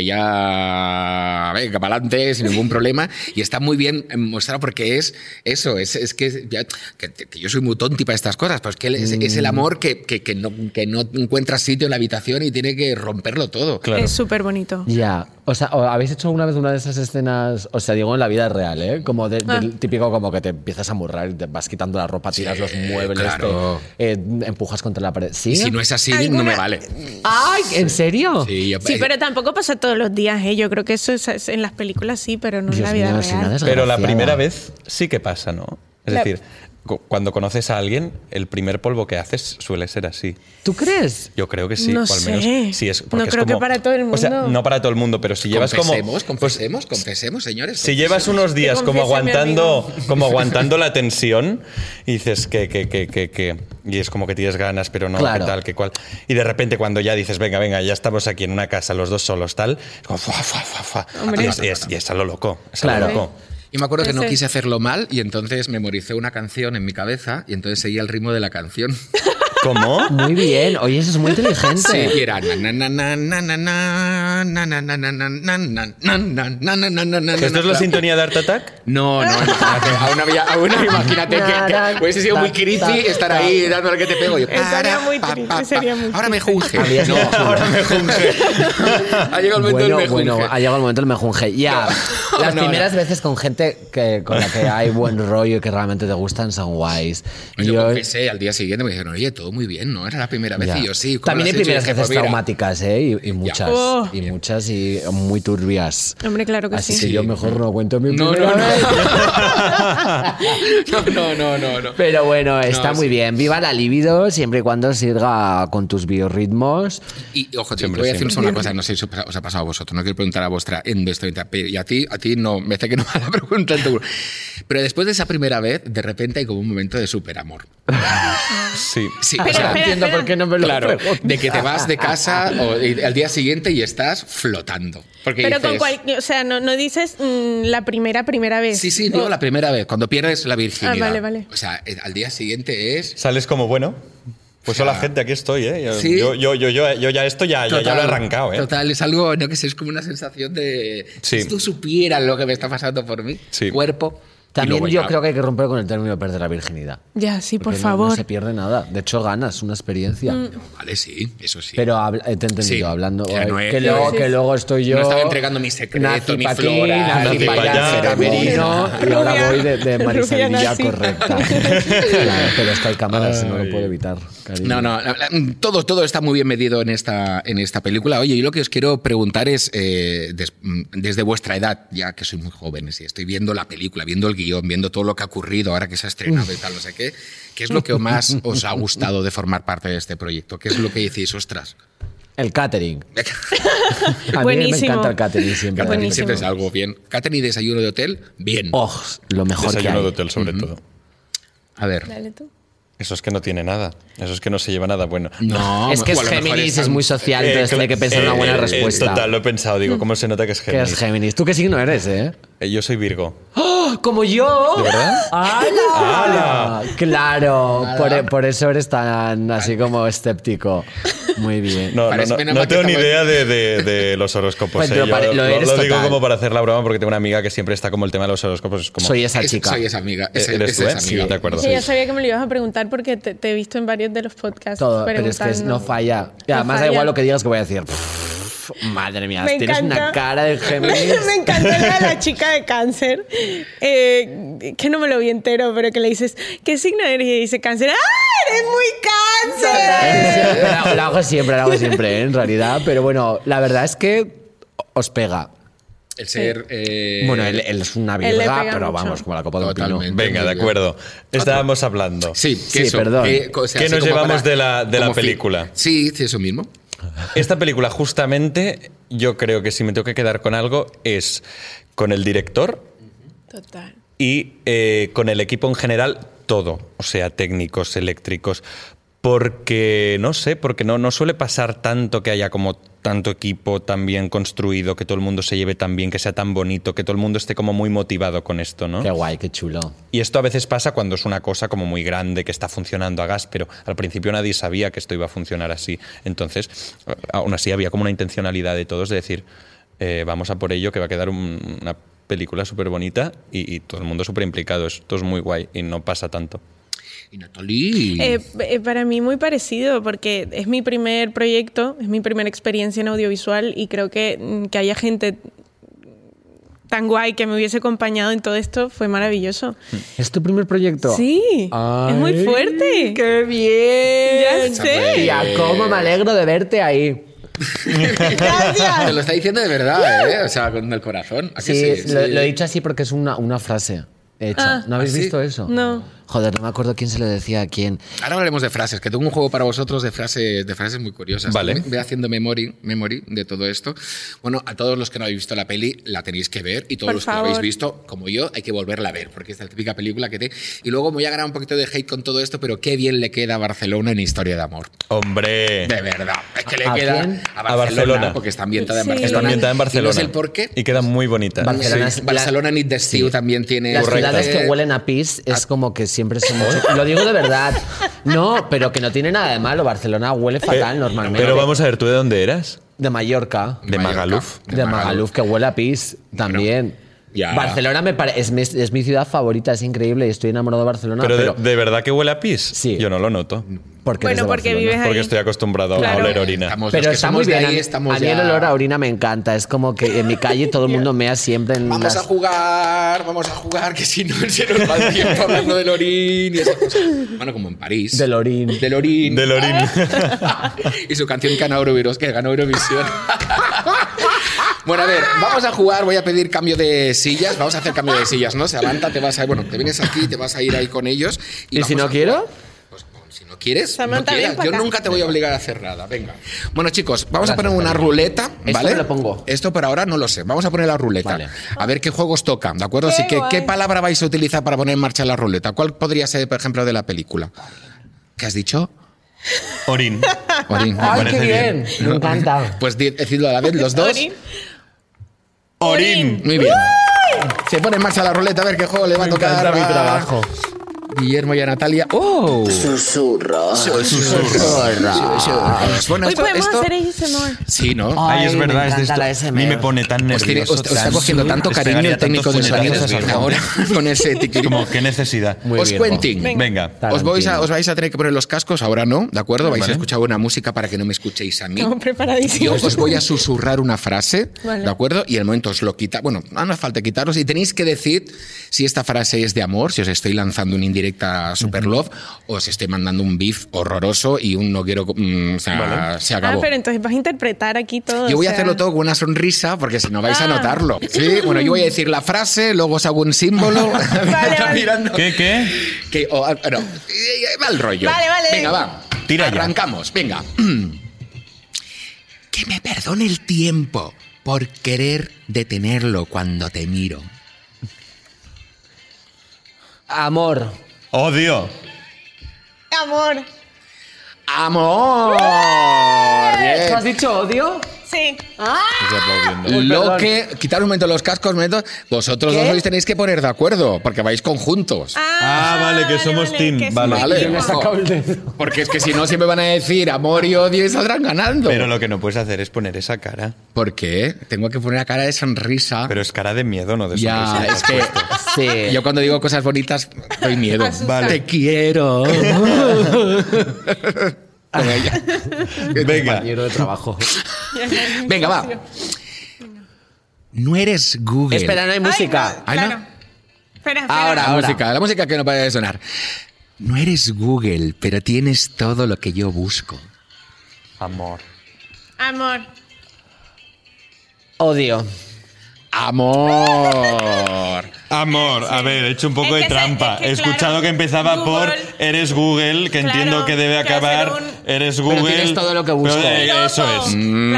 [SPEAKER 1] ya, venga, para adelante, sin ningún problema, y está muy bien mostrado porque es eso, es, es que, ya- que- que yo soy muy tonti para estas cosas, pero es que es, es el amor que, que- que no, que no encuentra sitio en la habitación y tiene que romperlo todo.
[SPEAKER 4] Claro.
[SPEAKER 3] Es súper bonito.
[SPEAKER 2] Ya, o sea, ¿o ¿habéis hecho alguna vez una de esas escenas, o sea, digo en la vida real, ¿eh? Como de-
[SPEAKER 3] Ah.
[SPEAKER 2] del típico como que te empiezas a murrar y te vas quitando la ropa, tiras los muebles,
[SPEAKER 1] claro.
[SPEAKER 2] te, eh, empujas contra la pared. ¿Sí?
[SPEAKER 1] Y si no es así, no
[SPEAKER 3] Alguna-
[SPEAKER 1] me vale.
[SPEAKER 2] ¡Ay! ¿En serio?
[SPEAKER 1] Sí, yo- eh,
[SPEAKER 3] Sí, pero tampoco pasa todos los días, ¿eh? Yo creo que eso es, es- en las películas sí, pero no en
[SPEAKER 2] Dios
[SPEAKER 3] la vida
[SPEAKER 2] mío,
[SPEAKER 3] real.
[SPEAKER 2] si nada es
[SPEAKER 4] Pero la
[SPEAKER 2] desgraciada.
[SPEAKER 4] primera vez sí que pasa, ¿no? Es
[SPEAKER 3] La-
[SPEAKER 4] decir, cu- cuando conoces a alguien, el primer polvo que haces suele ser así.
[SPEAKER 2] ¿Tú crees?
[SPEAKER 4] Yo creo que sí,
[SPEAKER 3] No
[SPEAKER 4] o al menos.
[SPEAKER 3] sé.
[SPEAKER 4] Sí, es,
[SPEAKER 3] No
[SPEAKER 4] porque es
[SPEAKER 3] creo que
[SPEAKER 4] como-
[SPEAKER 3] para todo el
[SPEAKER 4] O sea,
[SPEAKER 3] mundo.
[SPEAKER 4] no para todo el mundo, pero si llevas como. pues,
[SPEAKER 1] confesemos, confesemos, confesemos, señores.
[SPEAKER 4] Si llevas unos días
[SPEAKER 3] Que
[SPEAKER 4] como
[SPEAKER 3] confiese mi
[SPEAKER 4] aguantando, como aguantando la tensión y dices que, que, que, que, que- y es como que tienes ganas, pero no,
[SPEAKER 2] Claro.
[SPEAKER 4] que tal, que cual. Y de repente cuando ya dices, venga, venga, ya estamos aquí en una casa los dos solos, tal, es como fuá, fuá, fuá, fuá.
[SPEAKER 3] Hombre.
[SPEAKER 4] Y es, y es- y es a lo loco, es a
[SPEAKER 2] Claro.
[SPEAKER 4] lo loco.
[SPEAKER 1] Yo me acuerdo que no
[SPEAKER 3] Ese.
[SPEAKER 1] quise hacerlo mal y entonces memoricé una canción en mi cabeza y entonces seguía el ritmo de la canción.
[SPEAKER 4] ¿Cómo?
[SPEAKER 2] Muy bien, oye, eso es muy
[SPEAKER 1] Sí,
[SPEAKER 2] inteligente.
[SPEAKER 1] y era na, na, na, na, na, na, na, na, na, na, na, na, na, na, na, na, na, na, na, na,
[SPEAKER 4] ¿Esto es la
[SPEAKER 1] na.
[SPEAKER 4] sintonía de Art Attack?
[SPEAKER 1] No, no, imagínate, aún había, aún imagínate que, que hubiese sido muy creepy estar ahí dándole que te pego. Yo,
[SPEAKER 3] Estaría
[SPEAKER 1] para,
[SPEAKER 3] muy
[SPEAKER 1] pa,
[SPEAKER 3] triste,
[SPEAKER 1] pa, pa.
[SPEAKER 3] sería muy
[SPEAKER 1] Ahora me junge.
[SPEAKER 2] Había sido
[SPEAKER 1] No,
[SPEAKER 2] chulo.
[SPEAKER 1] ahora me junge. Ha llegado el momento
[SPEAKER 2] bueno,
[SPEAKER 1] del mejunje.
[SPEAKER 2] bueno, ha llegado el momento del mejunje. Ya,
[SPEAKER 1] No,
[SPEAKER 2] las
[SPEAKER 1] no,
[SPEAKER 2] primeras veces con gente que, con la que hay buen rollo y que realmente te gustan son guays.
[SPEAKER 1] Yo, confesé al día siguiente, me dijeron, oye, todo muy bien, ¿no? Era la primera vez
[SPEAKER 2] Ya.
[SPEAKER 1] y yo sí. ¿cómo
[SPEAKER 2] También
[SPEAKER 1] lo
[SPEAKER 2] hay
[SPEAKER 1] has hecho?" Y
[SPEAKER 2] primeras
[SPEAKER 1] dije,
[SPEAKER 2] veces
[SPEAKER 1] "Pues mira,
[SPEAKER 2] traumáticas, ¿eh? Y- Y, muchas.
[SPEAKER 3] Oh.
[SPEAKER 2] Y muchas y muy turbias.
[SPEAKER 3] Hombre, claro que
[SPEAKER 2] Así
[SPEAKER 3] sí.
[SPEAKER 2] que yo mejor no cuento mi
[SPEAKER 1] No,
[SPEAKER 2] primera
[SPEAKER 1] no, no.
[SPEAKER 2] vez.
[SPEAKER 1] No, no, no, no.
[SPEAKER 2] Pero bueno, está
[SPEAKER 1] No,
[SPEAKER 2] muy
[SPEAKER 1] sí.
[SPEAKER 2] bien. Viva la libido, siempre y cuando sirva con tus biorritmos.
[SPEAKER 1] Y y, ojo, te
[SPEAKER 4] Siempre,
[SPEAKER 1] voy a decir
[SPEAKER 4] siempre.
[SPEAKER 1] solo una cosa, no sé si os ha- os ha pasado a vosotros, no quiero preguntar a vuestra en vuestra vida, pero- y a ti, a ti no, me hace que no me la preguntan. tú. Pero después de esa primera vez, de repente hay como un momento de superamor.
[SPEAKER 4] Sí.
[SPEAKER 1] Sí,
[SPEAKER 3] Pero
[SPEAKER 1] o sea,
[SPEAKER 3] espera,
[SPEAKER 2] entiendo por qué no me lo
[SPEAKER 1] claro,
[SPEAKER 2] preguntas.
[SPEAKER 1] de que te vas de casa o, y al día siguiente y estás flotando. Porque
[SPEAKER 3] Pero con
[SPEAKER 1] dices,
[SPEAKER 3] cual- o sea, no, no dices mm, la primera, primera vez.
[SPEAKER 1] Sí, sí, no, la primera vez, cuando pierdes la virginidad.
[SPEAKER 3] Ah, vale, vale.
[SPEAKER 1] O sea, eh, al día siguiente es...
[SPEAKER 4] Sales como, bueno, pues hola
[SPEAKER 1] Ya.
[SPEAKER 4] gente, aquí estoy, ¿eh? Yo,
[SPEAKER 1] Sí.
[SPEAKER 4] yo, yo, yo, yo- yo ya esto ya, ya- ya lo he arrancado, ¿eh?
[SPEAKER 1] Total, es algo, no que sé, es como una sensación de...
[SPEAKER 4] Sí.
[SPEAKER 1] Si tú supieras lo que me está pasando por mí,
[SPEAKER 4] Sí.
[SPEAKER 1] cuerpo...
[SPEAKER 2] También yo creo que hay que romper con el término perder la virginidad.
[SPEAKER 3] Ya, sí, por
[SPEAKER 2] Porque no-
[SPEAKER 3] favor. Mm,
[SPEAKER 2] No se pierde nada. De hecho, ganas una experiencia.
[SPEAKER 1] Vale, sí, eso sí.
[SPEAKER 2] Pero habla- eh, te he entendido,
[SPEAKER 1] Sí.
[SPEAKER 2] hablando.
[SPEAKER 1] Ya
[SPEAKER 2] eh,
[SPEAKER 1] no es-
[SPEAKER 2] que, luego,
[SPEAKER 1] Sí,
[SPEAKER 2] que luego estoy yo.
[SPEAKER 1] No estaba entregando mi secreto,
[SPEAKER 2] nazi
[SPEAKER 1] mi
[SPEAKER 2] pa' aquí,
[SPEAKER 1] flora,
[SPEAKER 2] nazi
[SPEAKER 4] nazi
[SPEAKER 2] pa'
[SPEAKER 4] pa'
[SPEAKER 2] allá,
[SPEAKER 4] allá,
[SPEAKER 2] Severino,
[SPEAKER 3] Rubia-
[SPEAKER 2] y ahora voy de, de
[SPEAKER 3] rubia
[SPEAKER 2] Marisalilla
[SPEAKER 3] nazi.
[SPEAKER 2] correcta. Claro, pero es que hay cámaras, no lo puedo evitar. cariño.
[SPEAKER 1] No, no, la- la- todo, todo está muy bien medido en esta, en esta película. Oye, yo lo que os quiero preguntar es, eh, des- mm, desde vuestra edad, ya que sois muy jóvenes y estoy viendo la película, viendo el guión, viendo todo lo que ha ocurrido ahora que se ha estrenado y tal, no sé qué, ¿qué es lo que más os ha gustado de formar parte de este proyecto? ¿Qué es lo que decís, ostras?
[SPEAKER 2] El catering. A mí me
[SPEAKER 3] Buenísimo.
[SPEAKER 2] encanta el catering siempre.
[SPEAKER 1] Catherine
[SPEAKER 3] Buenísimo.
[SPEAKER 1] siempre es algo bien. Catherine y desayuno de hotel, bien.
[SPEAKER 2] Oh, lo mejor que
[SPEAKER 4] Desayuno de
[SPEAKER 2] hay.
[SPEAKER 4] hotel, sobre todo.
[SPEAKER 1] A ver.
[SPEAKER 3] Dale tú.
[SPEAKER 4] Eso es que no tiene nada. Eso es que no se lleva nada bueno.
[SPEAKER 1] No,
[SPEAKER 2] es que
[SPEAKER 1] o
[SPEAKER 2] es
[SPEAKER 1] a lo mejor
[SPEAKER 2] Géminis, es
[SPEAKER 1] tan-
[SPEAKER 2] muy social,
[SPEAKER 4] Eh,
[SPEAKER 2] entonces tiene
[SPEAKER 4] cla-
[SPEAKER 2] que pensar una
[SPEAKER 4] eh,
[SPEAKER 2] buena
[SPEAKER 4] eh,
[SPEAKER 2] respuesta. Mm.
[SPEAKER 4] Total, lo he pensado. Digo, ¿cómo se nota que es
[SPEAKER 2] ¿Qué
[SPEAKER 4] Géminis?
[SPEAKER 2] es Géminis? ¿Tú qué signo eres, eh?
[SPEAKER 4] Eh, Yo soy Virgo.
[SPEAKER 2] ¡Como yo!
[SPEAKER 4] ¿De verdad?
[SPEAKER 2] ¡Hala! Claro, por, por eso eres tan así como escéptico. Muy bien.
[SPEAKER 4] No, no,
[SPEAKER 1] Parece
[SPEAKER 4] no,
[SPEAKER 1] menos
[SPEAKER 4] no
[SPEAKER 1] mal que
[SPEAKER 4] tengo ni
[SPEAKER 1] estamos-
[SPEAKER 4] idea de, de- de los horóscopos.
[SPEAKER 2] Pues,
[SPEAKER 4] eh.
[SPEAKER 2] pero
[SPEAKER 4] Yo
[SPEAKER 2] pare- lo
[SPEAKER 4] lo,
[SPEAKER 2] eres
[SPEAKER 4] lo digo
[SPEAKER 2] total.
[SPEAKER 4] como para hacer la broma porque tengo una amiga que siempre está como el tema de los horóscopos. Es como, eh,
[SPEAKER 2] Soy esa
[SPEAKER 1] Es-
[SPEAKER 2] chica.
[SPEAKER 1] Soy esa amiga. Es,
[SPEAKER 4] ¿Eres
[SPEAKER 1] es
[SPEAKER 4] tú, eh?
[SPEAKER 1] esa amiga.
[SPEAKER 4] Sí, de acuerdo.
[SPEAKER 3] Sí, ya sabía que me lo ibas a preguntar porque te, te he visto en varios de los podcasts.
[SPEAKER 2] Todo, pero es que es- no
[SPEAKER 3] preguntando.
[SPEAKER 2] falla. Y
[SPEAKER 3] No
[SPEAKER 2] además da
[SPEAKER 3] falla.
[SPEAKER 2] igual lo que digas que voy a decir. Pff, madre mía,
[SPEAKER 3] Me
[SPEAKER 2] tienes una
[SPEAKER 3] encanta.
[SPEAKER 2] cara de Géminis.
[SPEAKER 3] me encanta la de la chica de cáncer, eh, que no me lo vi entero, pero que le dices, ¿qué signo eres? Y dice cáncer. ¡Ah, eres muy cáncer!
[SPEAKER 2] Pero lo hago Eh, siempre, lo hago siempre, ¿eh? en realidad. Pero bueno, la verdad es que os pega.
[SPEAKER 1] El ser... eh,
[SPEAKER 2] bueno, él, él es una
[SPEAKER 3] Él le
[SPEAKER 2] virga,
[SPEAKER 3] pega
[SPEAKER 2] pero
[SPEAKER 3] mucho.
[SPEAKER 2] vamos, como la copa de un pino.
[SPEAKER 1] Totalmente.
[SPEAKER 4] Venga, de acuerdo. Estábamos hablando.
[SPEAKER 1] Sí,
[SPEAKER 2] Sí,
[SPEAKER 1] que eso,
[SPEAKER 2] perdón.
[SPEAKER 1] que, o sea,
[SPEAKER 4] ¿Qué
[SPEAKER 1] así
[SPEAKER 4] nos
[SPEAKER 1] como
[SPEAKER 4] llevamos de la- de la
[SPEAKER 1] como fi-
[SPEAKER 4] película?
[SPEAKER 1] Sí, sí, eso mismo.
[SPEAKER 4] Esta película, justamente, yo creo que si me tengo que quedar con algo es con el director
[SPEAKER 3] Total.
[SPEAKER 4] y eh, con el equipo en general, todo. O sea, técnicos, eléctricos. Porque, no sé, porque no, no suele pasar tanto que haya como tanto equipo tan bien construido, que todo el mundo se lleve tan bien, que sea tan bonito, que todo el mundo esté como muy motivado con esto, ¿no?
[SPEAKER 2] Qué guay, qué chulo.
[SPEAKER 4] Y esto a veces pasa cuando es una cosa como muy grande que está funcionando a gas, pero al principio nadie sabía que esto iba a funcionar así. Entonces, a- aún así había como una intencionalidad de todos de decir, eh, vamos a por ello, que va a quedar un- una película súper bonita y, y todo el mundo súper implicado. Esto es muy guay y no pasa tanto.
[SPEAKER 1] Y Nathalie.
[SPEAKER 3] Eh, eh, para mí muy parecido, porque es mi primer proyecto, es mi primera experiencia en audiovisual y creo que mm, que haya gente tan guay que me hubiese acompañado en todo esto fue maravilloso.
[SPEAKER 2] ¿Es tu primer proyecto?
[SPEAKER 3] Sí, es muy
[SPEAKER 2] Ay,
[SPEAKER 3] fuerte.
[SPEAKER 2] ¡Qué bien!
[SPEAKER 3] Ya sé.
[SPEAKER 2] Tía, cómo me alegro de verte ahí.
[SPEAKER 1] Ah, Te lo está diciendo de verdad, ¿eh? O sea, con el corazón. ¿A que
[SPEAKER 2] ah. Sí, Lo, lo he dicho así porque es una, una frase hecha.
[SPEAKER 3] Ah.
[SPEAKER 2] ¿No habéis
[SPEAKER 1] ¿Ah, sí?
[SPEAKER 2] visto eso?
[SPEAKER 3] No.
[SPEAKER 2] Joder, no me acuerdo quién se lo decía a quién.
[SPEAKER 1] Ahora hablaremos de frases, que tengo un juego para vosotros de frases, de frases muy curiosas.
[SPEAKER 4] Vale.
[SPEAKER 1] Voy haciendo memory, memory de todo esto. Bueno, a todos los que no habéis visto la peli, la tenéis que ver. Y todos
[SPEAKER 3] Por
[SPEAKER 1] los que
[SPEAKER 3] favor.
[SPEAKER 1] la habéis visto, como yo, hay que volverla a ver, porque es la típica película que te. Y luego me voy a ganar un poquito de hate con todo esto, pero qué bien le queda a Barcelona en historia de amor.
[SPEAKER 4] ¡Hombre!
[SPEAKER 1] De verdad. Es que le
[SPEAKER 2] ¿A
[SPEAKER 1] queda
[SPEAKER 2] quién?
[SPEAKER 1] a
[SPEAKER 4] A
[SPEAKER 1] Barcelona,
[SPEAKER 4] Barcelona.
[SPEAKER 1] porque está ambientada en
[SPEAKER 3] Sí.
[SPEAKER 1] Barcelona.
[SPEAKER 4] Está ambientada en Barcelona.
[SPEAKER 1] Y no sé el por qué.
[SPEAKER 4] Y queda muy bonita.
[SPEAKER 2] Barcelona
[SPEAKER 1] Sí.
[SPEAKER 2] es-
[SPEAKER 1] Barcelona
[SPEAKER 2] la-
[SPEAKER 1] Need the Stew
[SPEAKER 2] sí.
[SPEAKER 1] también tiene.
[SPEAKER 2] Las
[SPEAKER 4] Correcto.
[SPEAKER 2] ciudades
[SPEAKER 1] Eh,
[SPEAKER 2] que huelen a pis es como que siempre son mucho- Lo digo de verdad. No, pero que no tiene nada de malo. Barcelona huele fatal
[SPEAKER 4] Eh,
[SPEAKER 2] normalmente.
[SPEAKER 4] Pero vamos a ver, ¿tú de dónde eras?
[SPEAKER 2] De Mallorca.
[SPEAKER 4] De Magaluf.
[SPEAKER 2] De, Magaluf, que huele a pis también.
[SPEAKER 1] ya.
[SPEAKER 2] Barcelona me pare- es, mi, es mi ciudad favorita, es increíble y estoy enamorado de Barcelona.
[SPEAKER 4] pero,
[SPEAKER 2] Pero,
[SPEAKER 4] de- de, verdad que huele a pis?
[SPEAKER 2] Sí.
[SPEAKER 4] Yo no lo noto.
[SPEAKER 2] porque eres
[SPEAKER 3] Bueno,
[SPEAKER 2] de
[SPEAKER 3] porque
[SPEAKER 2] Barcelona.
[SPEAKER 3] vives ahí.
[SPEAKER 4] Porque estoy acostumbrado
[SPEAKER 3] Claro.
[SPEAKER 4] a oler orina.
[SPEAKER 1] Estamos, los
[SPEAKER 2] Pero
[SPEAKER 1] que
[SPEAKER 2] está muy
[SPEAKER 1] somos de
[SPEAKER 2] bien.
[SPEAKER 1] ahí
[SPEAKER 2] a mí-
[SPEAKER 1] estamos
[SPEAKER 2] a mí el
[SPEAKER 1] ya-
[SPEAKER 2] olor a orina me encanta. Es como que en mi calle todo el mundo mea siempre en
[SPEAKER 1] Vamos
[SPEAKER 2] las-
[SPEAKER 1] a jugar, vamos a jugar, que si no se nos va el tiempo hablando del orín y esas cosas. Bueno, como en París.
[SPEAKER 2] del orín.
[SPEAKER 1] Del orín.
[SPEAKER 4] Del orín.
[SPEAKER 1] y su canción que ganó Euroviros- que ganó Eurovisión. Bueno, a ver, vamos a jugar, voy a pedir cambio de sillas, vamos a hacer cambio de sillas, ¿no? Se levanta, te vas a ir, bueno, te vienes aquí, te vas a ir ahí con ellos.
[SPEAKER 2] ¿Y si
[SPEAKER 1] vamos
[SPEAKER 2] no
[SPEAKER 1] a-
[SPEAKER 2] quiero?
[SPEAKER 1] Pues, pues, Si no quieres,
[SPEAKER 3] Samantha,
[SPEAKER 1] no
[SPEAKER 3] ven
[SPEAKER 1] quieras.
[SPEAKER 3] pa'
[SPEAKER 1] Yo
[SPEAKER 3] acá.
[SPEAKER 1] nunca te voy a obligar a hacer nada. Venga. Bueno, chicos, vamos a
[SPEAKER 2] Gracias,
[SPEAKER 1] poner una
[SPEAKER 2] Fernando.
[SPEAKER 1] ruleta,
[SPEAKER 2] ¿Esto
[SPEAKER 1] ¿vale?
[SPEAKER 2] me lo pongo?
[SPEAKER 1] Esto por ahora no lo sé. Vamos a poner la ruleta.
[SPEAKER 2] Vale.
[SPEAKER 1] A ver qué juegos tocan, ¿de acuerdo? Así
[SPEAKER 3] Qué
[SPEAKER 1] que, ¿qué
[SPEAKER 3] guay.
[SPEAKER 1] palabra vais a utilizar para poner en marcha la ruleta? ¿Cuál podría ser, por ejemplo, de la película? ¿Qué has dicho?
[SPEAKER 4] Orin.
[SPEAKER 1] Orín.
[SPEAKER 2] ¡Ay,
[SPEAKER 4] parece
[SPEAKER 2] qué bien! Me encanta.
[SPEAKER 1] Pues di- decidlo a la vez los dos.
[SPEAKER 3] Orin.
[SPEAKER 4] Orin.
[SPEAKER 1] Muy bien. Se pone en marcha la ruleta a ver qué juego le va a
[SPEAKER 2] Me encanta
[SPEAKER 1] tocar
[SPEAKER 2] mi
[SPEAKER 1] a
[SPEAKER 2] trabajo.
[SPEAKER 1] Guillermo y a Natalia. ¡Oh!
[SPEAKER 6] Susurro.
[SPEAKER 1] Bueno,
[SPEAKER 3] Hoy
[SPEAKER 1] esto-
[SPEAKER 3] Pues podemos
[SPEAKER 1] esto-
[SPEAKER 3] hacer ASMR.
[SPEAKER 1] Sí, no.
[SPEAKER 4] Ay, es
[SPEAKER 2] Ay, me
[SPEAKER 4] verdad, es
[SPEAKER 2] encanta
[SPEAKER 4] de esto.
[SPEAKER 2] la
[SPEAKER 4] A
[SPEAKER 2] ASMR.
[SPEAKER 4] mí me pone tan
[SPEAKER 1] Os Pues tiene-
[SPEAKER 4] nervioso.
[SPEAKER 1] os- os está cogiendo tanto
[SPEAKER 4] Les
[SPEAKER 1] cariño
[SPEAKER 4] pegaría
[SPEAKER 1] el técnico de
[SPEAKER 4] tantos
[SPEAKER 1] sonidos
[SPEAKER 4] puñetazos, Virgo.
[SPEAKER 1] ahora con ese tiquiri.
[SPEAKER 4] Como, qué necesidad.
[SPEAKER 2] Muy
[SPEAKER 1] Os
[SPEAKER 2] bien,
[SPEAKER 1] cuentin.
[SPEAKER 3] Venga.
[SPEAKER 4] Venga.
[SPEAKER 1] Os vais, a,
[SPEAKER 2] Tarantino.
[SPEAKER 1] os vais a tener que poner los cascos, ahora no, ¿de acuerdo? Vais a
[SPEAKER 4] Vale.
[SPEAKER 1] escuchar una música para que no me escuchéis a mí.
[SPEAKER 3] Estamos
[SPEAKER 1] Yo
[SPEAKER 3] preparadísimos.
[SPEAKER 1] os voy a susurrar una frase,
[SPEAKER 3] Vale.
[SPEAKER 1] ¿de acuerdo? Y al momento os lo quita. Bueno, no hace falta quitaros. Y tenéis que decir si esta frase es de amor, si os estoy lanzando una indirecta super love, o os estoy mandando un beef horroroso y un no quiero. mm, o sea, se
[SPEAKER 3] Ah,
[SPEAKER 1] acabó.
[SPEAKER 3] pero entonces vas a interpretar aquí todo.
[SPEAKER 1] Yo voy a
[SPEAKER 3] o sea.
[SPEAKER 1] hacerlo todo con una sonrisa porque si no vais a
[SPEAKER 3] Ah.
[SPEAKER 1] notarlo. Sí, bueno, yo voy a decir la frase, luego os hago un símbolo.
[SPEAKER 3] Vale,
[SPEAKER 1] Está
[SPEAKER 3] vale.
[SPEAKER 1] mirando.
[SPEAKER 4] ¿Qué, qué?
[SPEAKER 1] Que, o- ah, no, eh, eh, va el rollo.
[SPEAKER 3] Vale, vale.
[SPEAKER 1] Venga, va.
[SPEAKER 4] Tira ya.
[SPEAKER 1] Arrancamos, venga. Que me perdone el tiempo por querer detenerlo cuando te miro.
[SPEAKER 2] Amor.
[SPEAKER 4] Odio.
[SPEAKER 3] Amor.
[SPEAKER 1] ¡Amor!
[SPEAKER 3] ¡Eh!
[SPEAKER 1] Bien.
[SPEAKER 2] ¿Tú has dicho odio?
[SPEAKER 1] eh,
[SPEAKER 3] Sí.
[SPEAKER 4] Estoy aplaudiendo.
[SPEAKER 2] Uy,
[SPEAKER 1] Lo
[SPEAKER 2] perdón.
[SPEAKER 1] que. Quitar un momento los cascos, un momento. Vosotros
[SPEAKER 2] ¿Qué?
[SPEAKER 1] dos os tenéis que poner de acuerdo, porque vais conjuntos.
[SPEAKER 4] Ah, vale, que somos team,
[SPEAKER 3] que
[SPEAKER 4] vale.
[SPEAKER 3] somos
[SPEAKER 1] Vale.
[SPEAKER 3] team.
[SPEAKER 2] Me he sacado el dedo.
[SPEAKER 1] Porque es que si no, siempre van a decir amor y odio y saldrán ganando.
[SPEAKER 4] Pero lo que no puedes hacer es poner esa cara.
[SPEAKER 1] ¿Por qué? Tengo que poner la cara de sonrisa.
[SPEAKER 4] Pero es cara de miedo, no de
[SPEAKER 1] ya,
[SPEAKER 4] sonrisa.
[SPEAKER 1] es que.
[SPEAKER 2] Sí.
[SPEAKER 1] Yo cuando digo cosas bonitas, doy miedo.
[SPEAKER 3] Asusta.
[SPEAKER 4] Vale.
[SPEAKER 1] Te quiero. Con ella.
[SPEAKER 4] Venga.
[SPEAKER 2] Compañero de trabajo.
[SPEAKER 1] Venga, va. No eres Google.
[SPEAKER 2] Espera, no hay
[SPEAKER 3] Ay,
[SPEAKER 2] música.
[SPEAKER 3] no,
[SPEAKER 1] Ay, no.
[SPEAKER 3] claro. Espera, espera.
[SPEAKER 1] Ahora, la
[SPEAKER 2] ahora.
[SPEAKER 1] música, la música que no para de sonar. No eres Google, pero tienes todo lo que yo busco.
[SPEAKER 4] Amor.
[SPEAKER 3] Amor.
[SPEAKER 2] Odio.
[SPEAKER 1] Amor.
[SPEAKER 4] Amor, a ver, he hecho un poco
[SPEAKER 3] Es
[SPEAKER 4] de
[SPEAKER 3] que se-
[SPEAKER 4] trampa.
[SPEAKER 3] es que,
[SPEAKER 4] he
[SPEAKER 3] claro,
[SPEAKER 4] escuchado que empezaba por
[SPEAKER 3] Google-
[SPEAKER 4] eres Google, que
[SPEAKER 3] Claro,
[SPEAKER 4] entiendo que debe
[SPEAKER 3] que hacer
[SPEAKER 4] acabar.
[SPEAKER 3] un-
[SPEAKER 4] Eres
[SPEAKER 2] Pero
[SPEAKER 4] Google.
[SPEAKER 2] tienes todo lo que busco.
[SPEAKER 4] Pero, eh, eso es.
[SPEAKER 1] Mm,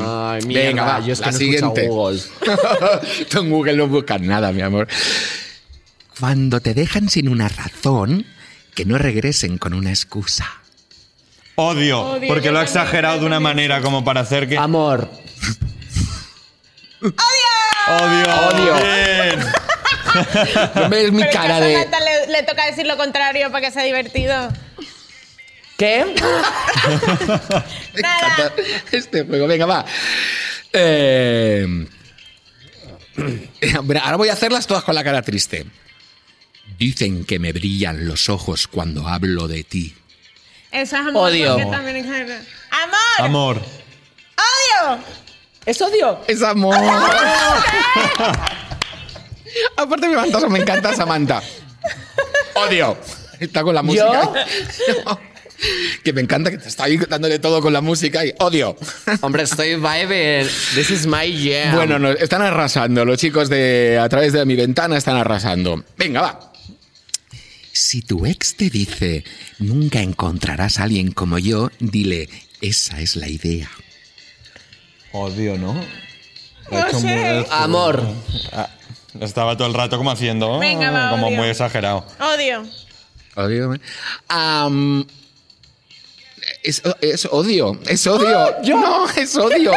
[SPEAKER 3] Claro.
[SPEAKER 2] Ay, mierda.
[SPEAKER 1] Venga, va,
[SPEAKER 2] Yo es que
[SPEAKER 1] la
[SPEAKER 2] no he escuchado
[SPEAKER 1] siguiente.
[SPEAKER 2] Google.
[SPEAKER 1] Tú en Google no buscas nada, mi amor. Cuando te dejan sin una razón, que no regresen con una excusa.
[SPEAKER 4] Odio,
[SPEAKER 3] Odio,
[SPEAKER 4] porque
[SPEAKER 3] yo
[SPEAKER 4] lo ha
[SPEAKER 3] también,
[SPEAKER 4] exagerado
[SPEAKER 3] yo
[SPEAKER 4] de una
[SPEAKER 3] también.
[SPEAKER 4] manera como para hacer que.
[SPEAKER 2] Amor.
[SPEAKER 4] Odio. Bien.
[SPEAKER 1] No ves mi
[SPEAKER 3] Pero que a
[SPEAKER 1] cara de.
[SPEAKER 3] Samantha le, le toca decir lo contrario para que sea divertido.
[SPEAKER 2] ¿Qué?
[SPEAKER 1] Me
[SPEAKER 3] Nada.
[SPEAKER 1] encanta este juego. Venga, va. Eh, mira, Ahora voy a hacerlas todas con la cara triste. Dicen que me brillan los ojos cuando hablo de ti.
[SPEAKER 3] Eso es amor.
[SPEAKER 2] Odio.
[SPEAKER 3] porque También es amor. amor.
[SPEAKER 4] Amor.
[SPEAKER 3] Odio.
[SPEAKER 2] ¿Es odio?
[SPEAKER 1] Es amor. Aparte me encanta, me encanta Samantha. Odio. Está con la música. Que me encanta que te está ahí dándole todo con la música y odio.
[SPEAKER 2] Hombre, estoy vibe. This is my jam.
[SPEAKER 1] Bueno, no, están arrasando. Los chicos de a través de mi ventana están arrasando. Venga, va. Si tu ex te dice nunca encontrarás a alguien como yo, dile esa es la idea.
[SPEAKER 4] Odio, ¿no? Lo he
[SPEAKER 3] No
[SPEAKER 4] hecho
[SPEAKER 3] sé.
[SPEAKER 4] muy-
[SPEAKER 2] Amor.
[SPEAKER 4] Ah, estaba todo el rato como haciendo.
[SPEAKER 3] Venga,
[SPEAKER 4] ah,
[SPEAKER 3] va,
[SPEAKER 4] como
[SPEAKER 3] odio.
[SPEAKER 4] muy exagerado.
[SPEAKER 3] Odio.
[SPEAKER 1] Odio. ¿eh? Am, es, es odio, es odio. No, es odio.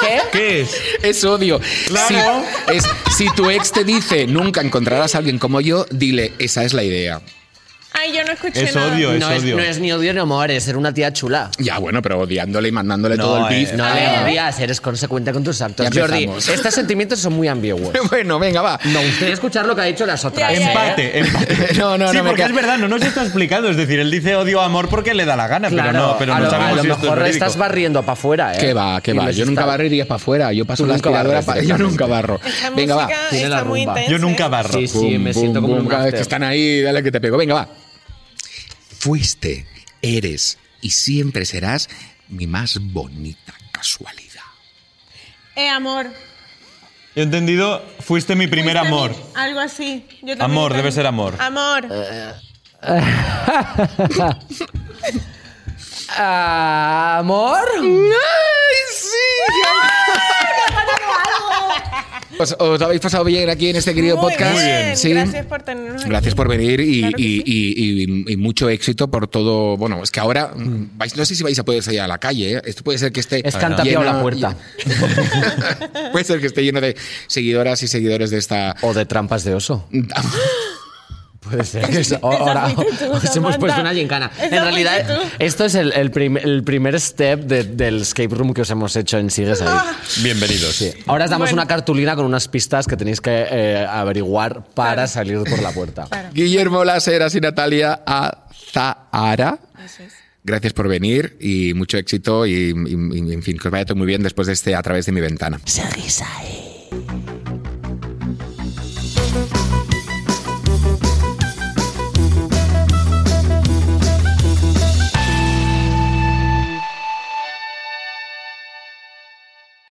[SPEAKER 2] ¿Qué?
[SPEAKER 4] ¿Qué es?
[SPEAKER 1] Es odio.
[SPEAKER 4] Claro.
[SPEAKER 1] Si, es, si tu ex te dice nunca encontrarás a alguien como yo, dile esa es la idea.
[SPEAKER 3] Ay, yo no escuché
[SPEAKER 4] Es
[SPEAKER 3] nada.
[SPEAKER 4] odio, es
[SPEAKER 2] No es,
[SPEAKER 4] odio.
[SPEAKER 2] no es ni odio ni amor, es ser una tía chula.
[SPEAKER 1] Ya, bueno, pero odiándole y mandándole
[SPEAKER 4] No,
[SPEAKER 1] todo el
[SPEAKER 4] eh,
[SPEAKER 1] beef.
[SPEAKER 2] No
[SPEAKER 4] Ah.
[SPEAKER 2] le odias, eres consecuente con tus actos.
[SPEAKER 1] Ya
[SPEAKER 2] Jordi,
[SPEAKER 1] empezamos.
[SPEAKER 2] estos sentimientos son muy ambiguos.
[SPEAKER 1] Bueno, venga, va.
[SPEAKER 2] Me gustaría escuchar lo que ha dicho las otras.
[SPEAKER 3] Ya, ya, ya.
[SPEAKER 2] ¿eh?
[SPEAKER 4] Empate, empate.
[SPEAKER 1] No, no,
[SPEAKER 4] sí,
[SPEAKER 1] no, me
[SPEAKER 4] porque
[SPEAKER 1] queda-
[SPEAKER 4] es verdad, no nos está explicando. Es decir, él dice odio amor porque le da la gana,
[SPEAKER 2] Claro,
[SPEAKER 4] pero no, pero
[SPEAKER 2] a
[SPEAKER 4] no
[SPEAKER 2] lo,
[SPEAKER 4] sabemos
[SPEAKER 2] a lo
[SPEAKER 4] si esto es
[SPEAKER 2] mejor
[SPEAKER 4] verídico.
[SPEAKER 2] estás barriendo para afuera, ¿eh?
[SPEAKER 1] Que va, que
[SPEAKER 2] Y
[SPEAKER 1] va.
[SPEAKER 2] les
[SPEAKER 1] Yo nunca
[SPEAKER 2] está-
[SPEAKER 1] barriría para afuera. Yo paso
[SPEAKER 2] Tú
[SPEAKER 1] la
[SPEAKER 2] nunca
[SPEAKER 1] aspiradora
[SPEAKER 2] barres
[SPEAKER 1] para. Yo
[SPEAKER 2] directamente.
[SPEAKER 1] nunca barro.
[SPEAKER 3] Esta
[SPEAKER 1] Venga, va.
[SPEAKER 3] música
[SPEAKER 2] Tiene la
[SPEAKER 3] está muy
[SPEAKER 2] rumba.
[SPEAKER 3] intensa. ¿eh?
[SPEAKER 4] Yo nunca barro.
[SPEAKER 2] Sí, sí, me
[SPEAKER 1] Bum,
[SPEAKER 2] siento
[SPEAKER 1] bum,
[SPEAKER 2] como
[SPEAKER 1] bum,
[SPEAKER 2] un
[SPEAKER 1] cada vez que
[SPEAKER 2] máster.
[SPEAKER 1] están ahí, dale que te pego. Venga, va. Fuiste, eres y siempre serás mi más bonita casualidad.
[SPEAKER 3] Eh, amor.
[SPEAKER 4] He entendido, fuiste mi primer
[SPEAKER 3] Fuiste
[SPEAKER 4] amor.
[SPEAKER 3] mi- Algo así. Yo también
[SPEAKER 4] Amor, debe
[SPEAKER 3] también.
[SPEAKER 4] ser amor.
[SPEAKER 3] Amor.
[SPEAKER 2] ¿Amor?
[SPEAKER 1] ¿Os, Pues, os lo habéis pasado bien aquí en este querido
[SPEAKER 3] Muy
[SPEAKER 1] podcast?
[SPEAKER 3] bien,
[SPEAKER 1] Sí.
[SPEAKER 3] Gracias por tenernos aquí.
[SPEAKER 1] Gracias por venir y,
[SPEAKER 3] Claro que
[SPEAKER 1] y-
[SPEAKER 3] sí.
[SPEAKER 1] y- y- y mucho éxito por todo. Bueno, es que ahora mm, vais, no sé si vais a poder salir a la calle. ¿eh? Esto puede ser que esté.
[SPEAKER 2] Es que han tapiado
[SPEAKER 1] lleno-
[SPEAKER 2] la puerta.
[SPEAKER 1] puede ser que esté lleno de seguidoras y seguidores de esta.
[SPEAKER 2] O de trampas de oso. Puede ser. O-
[SPEAKER 3] Esa
[SPEAKER 2] ahora
[SPEAKER 3] fuiste tú,
[SPEAKER 2] os hemos
[SPEAKER 3] Samantha.
[SPEAKER 2] puesto una gincana.
[SPEAKER 3] Esa
[SPEAKER 2] En realidad,
[SPEAKER 3] fuiste tú.
[SPEAKER 2] esto es el, el prim- el primer step de- del escape room que os hemos hecho en Sigues ahí.
[SPEAKER 4] Bienvenidos.
[SPEAKER 2] Ahora os damos
[SPEAKER 3] Ah. Bueno.
[SPEAKER 2] una cartulina con unas pistas que tenéis que eh, averiguar para salir por la puerta.
[SPEAKER 1] Guillermo Laseras y Natalia Azahara. Gracias por venir y mucho éxito y, y- y, en fin, que os vaya todo muy bien después de este a través de mi ventana.
[SPEAKER 6] Seguís ahí.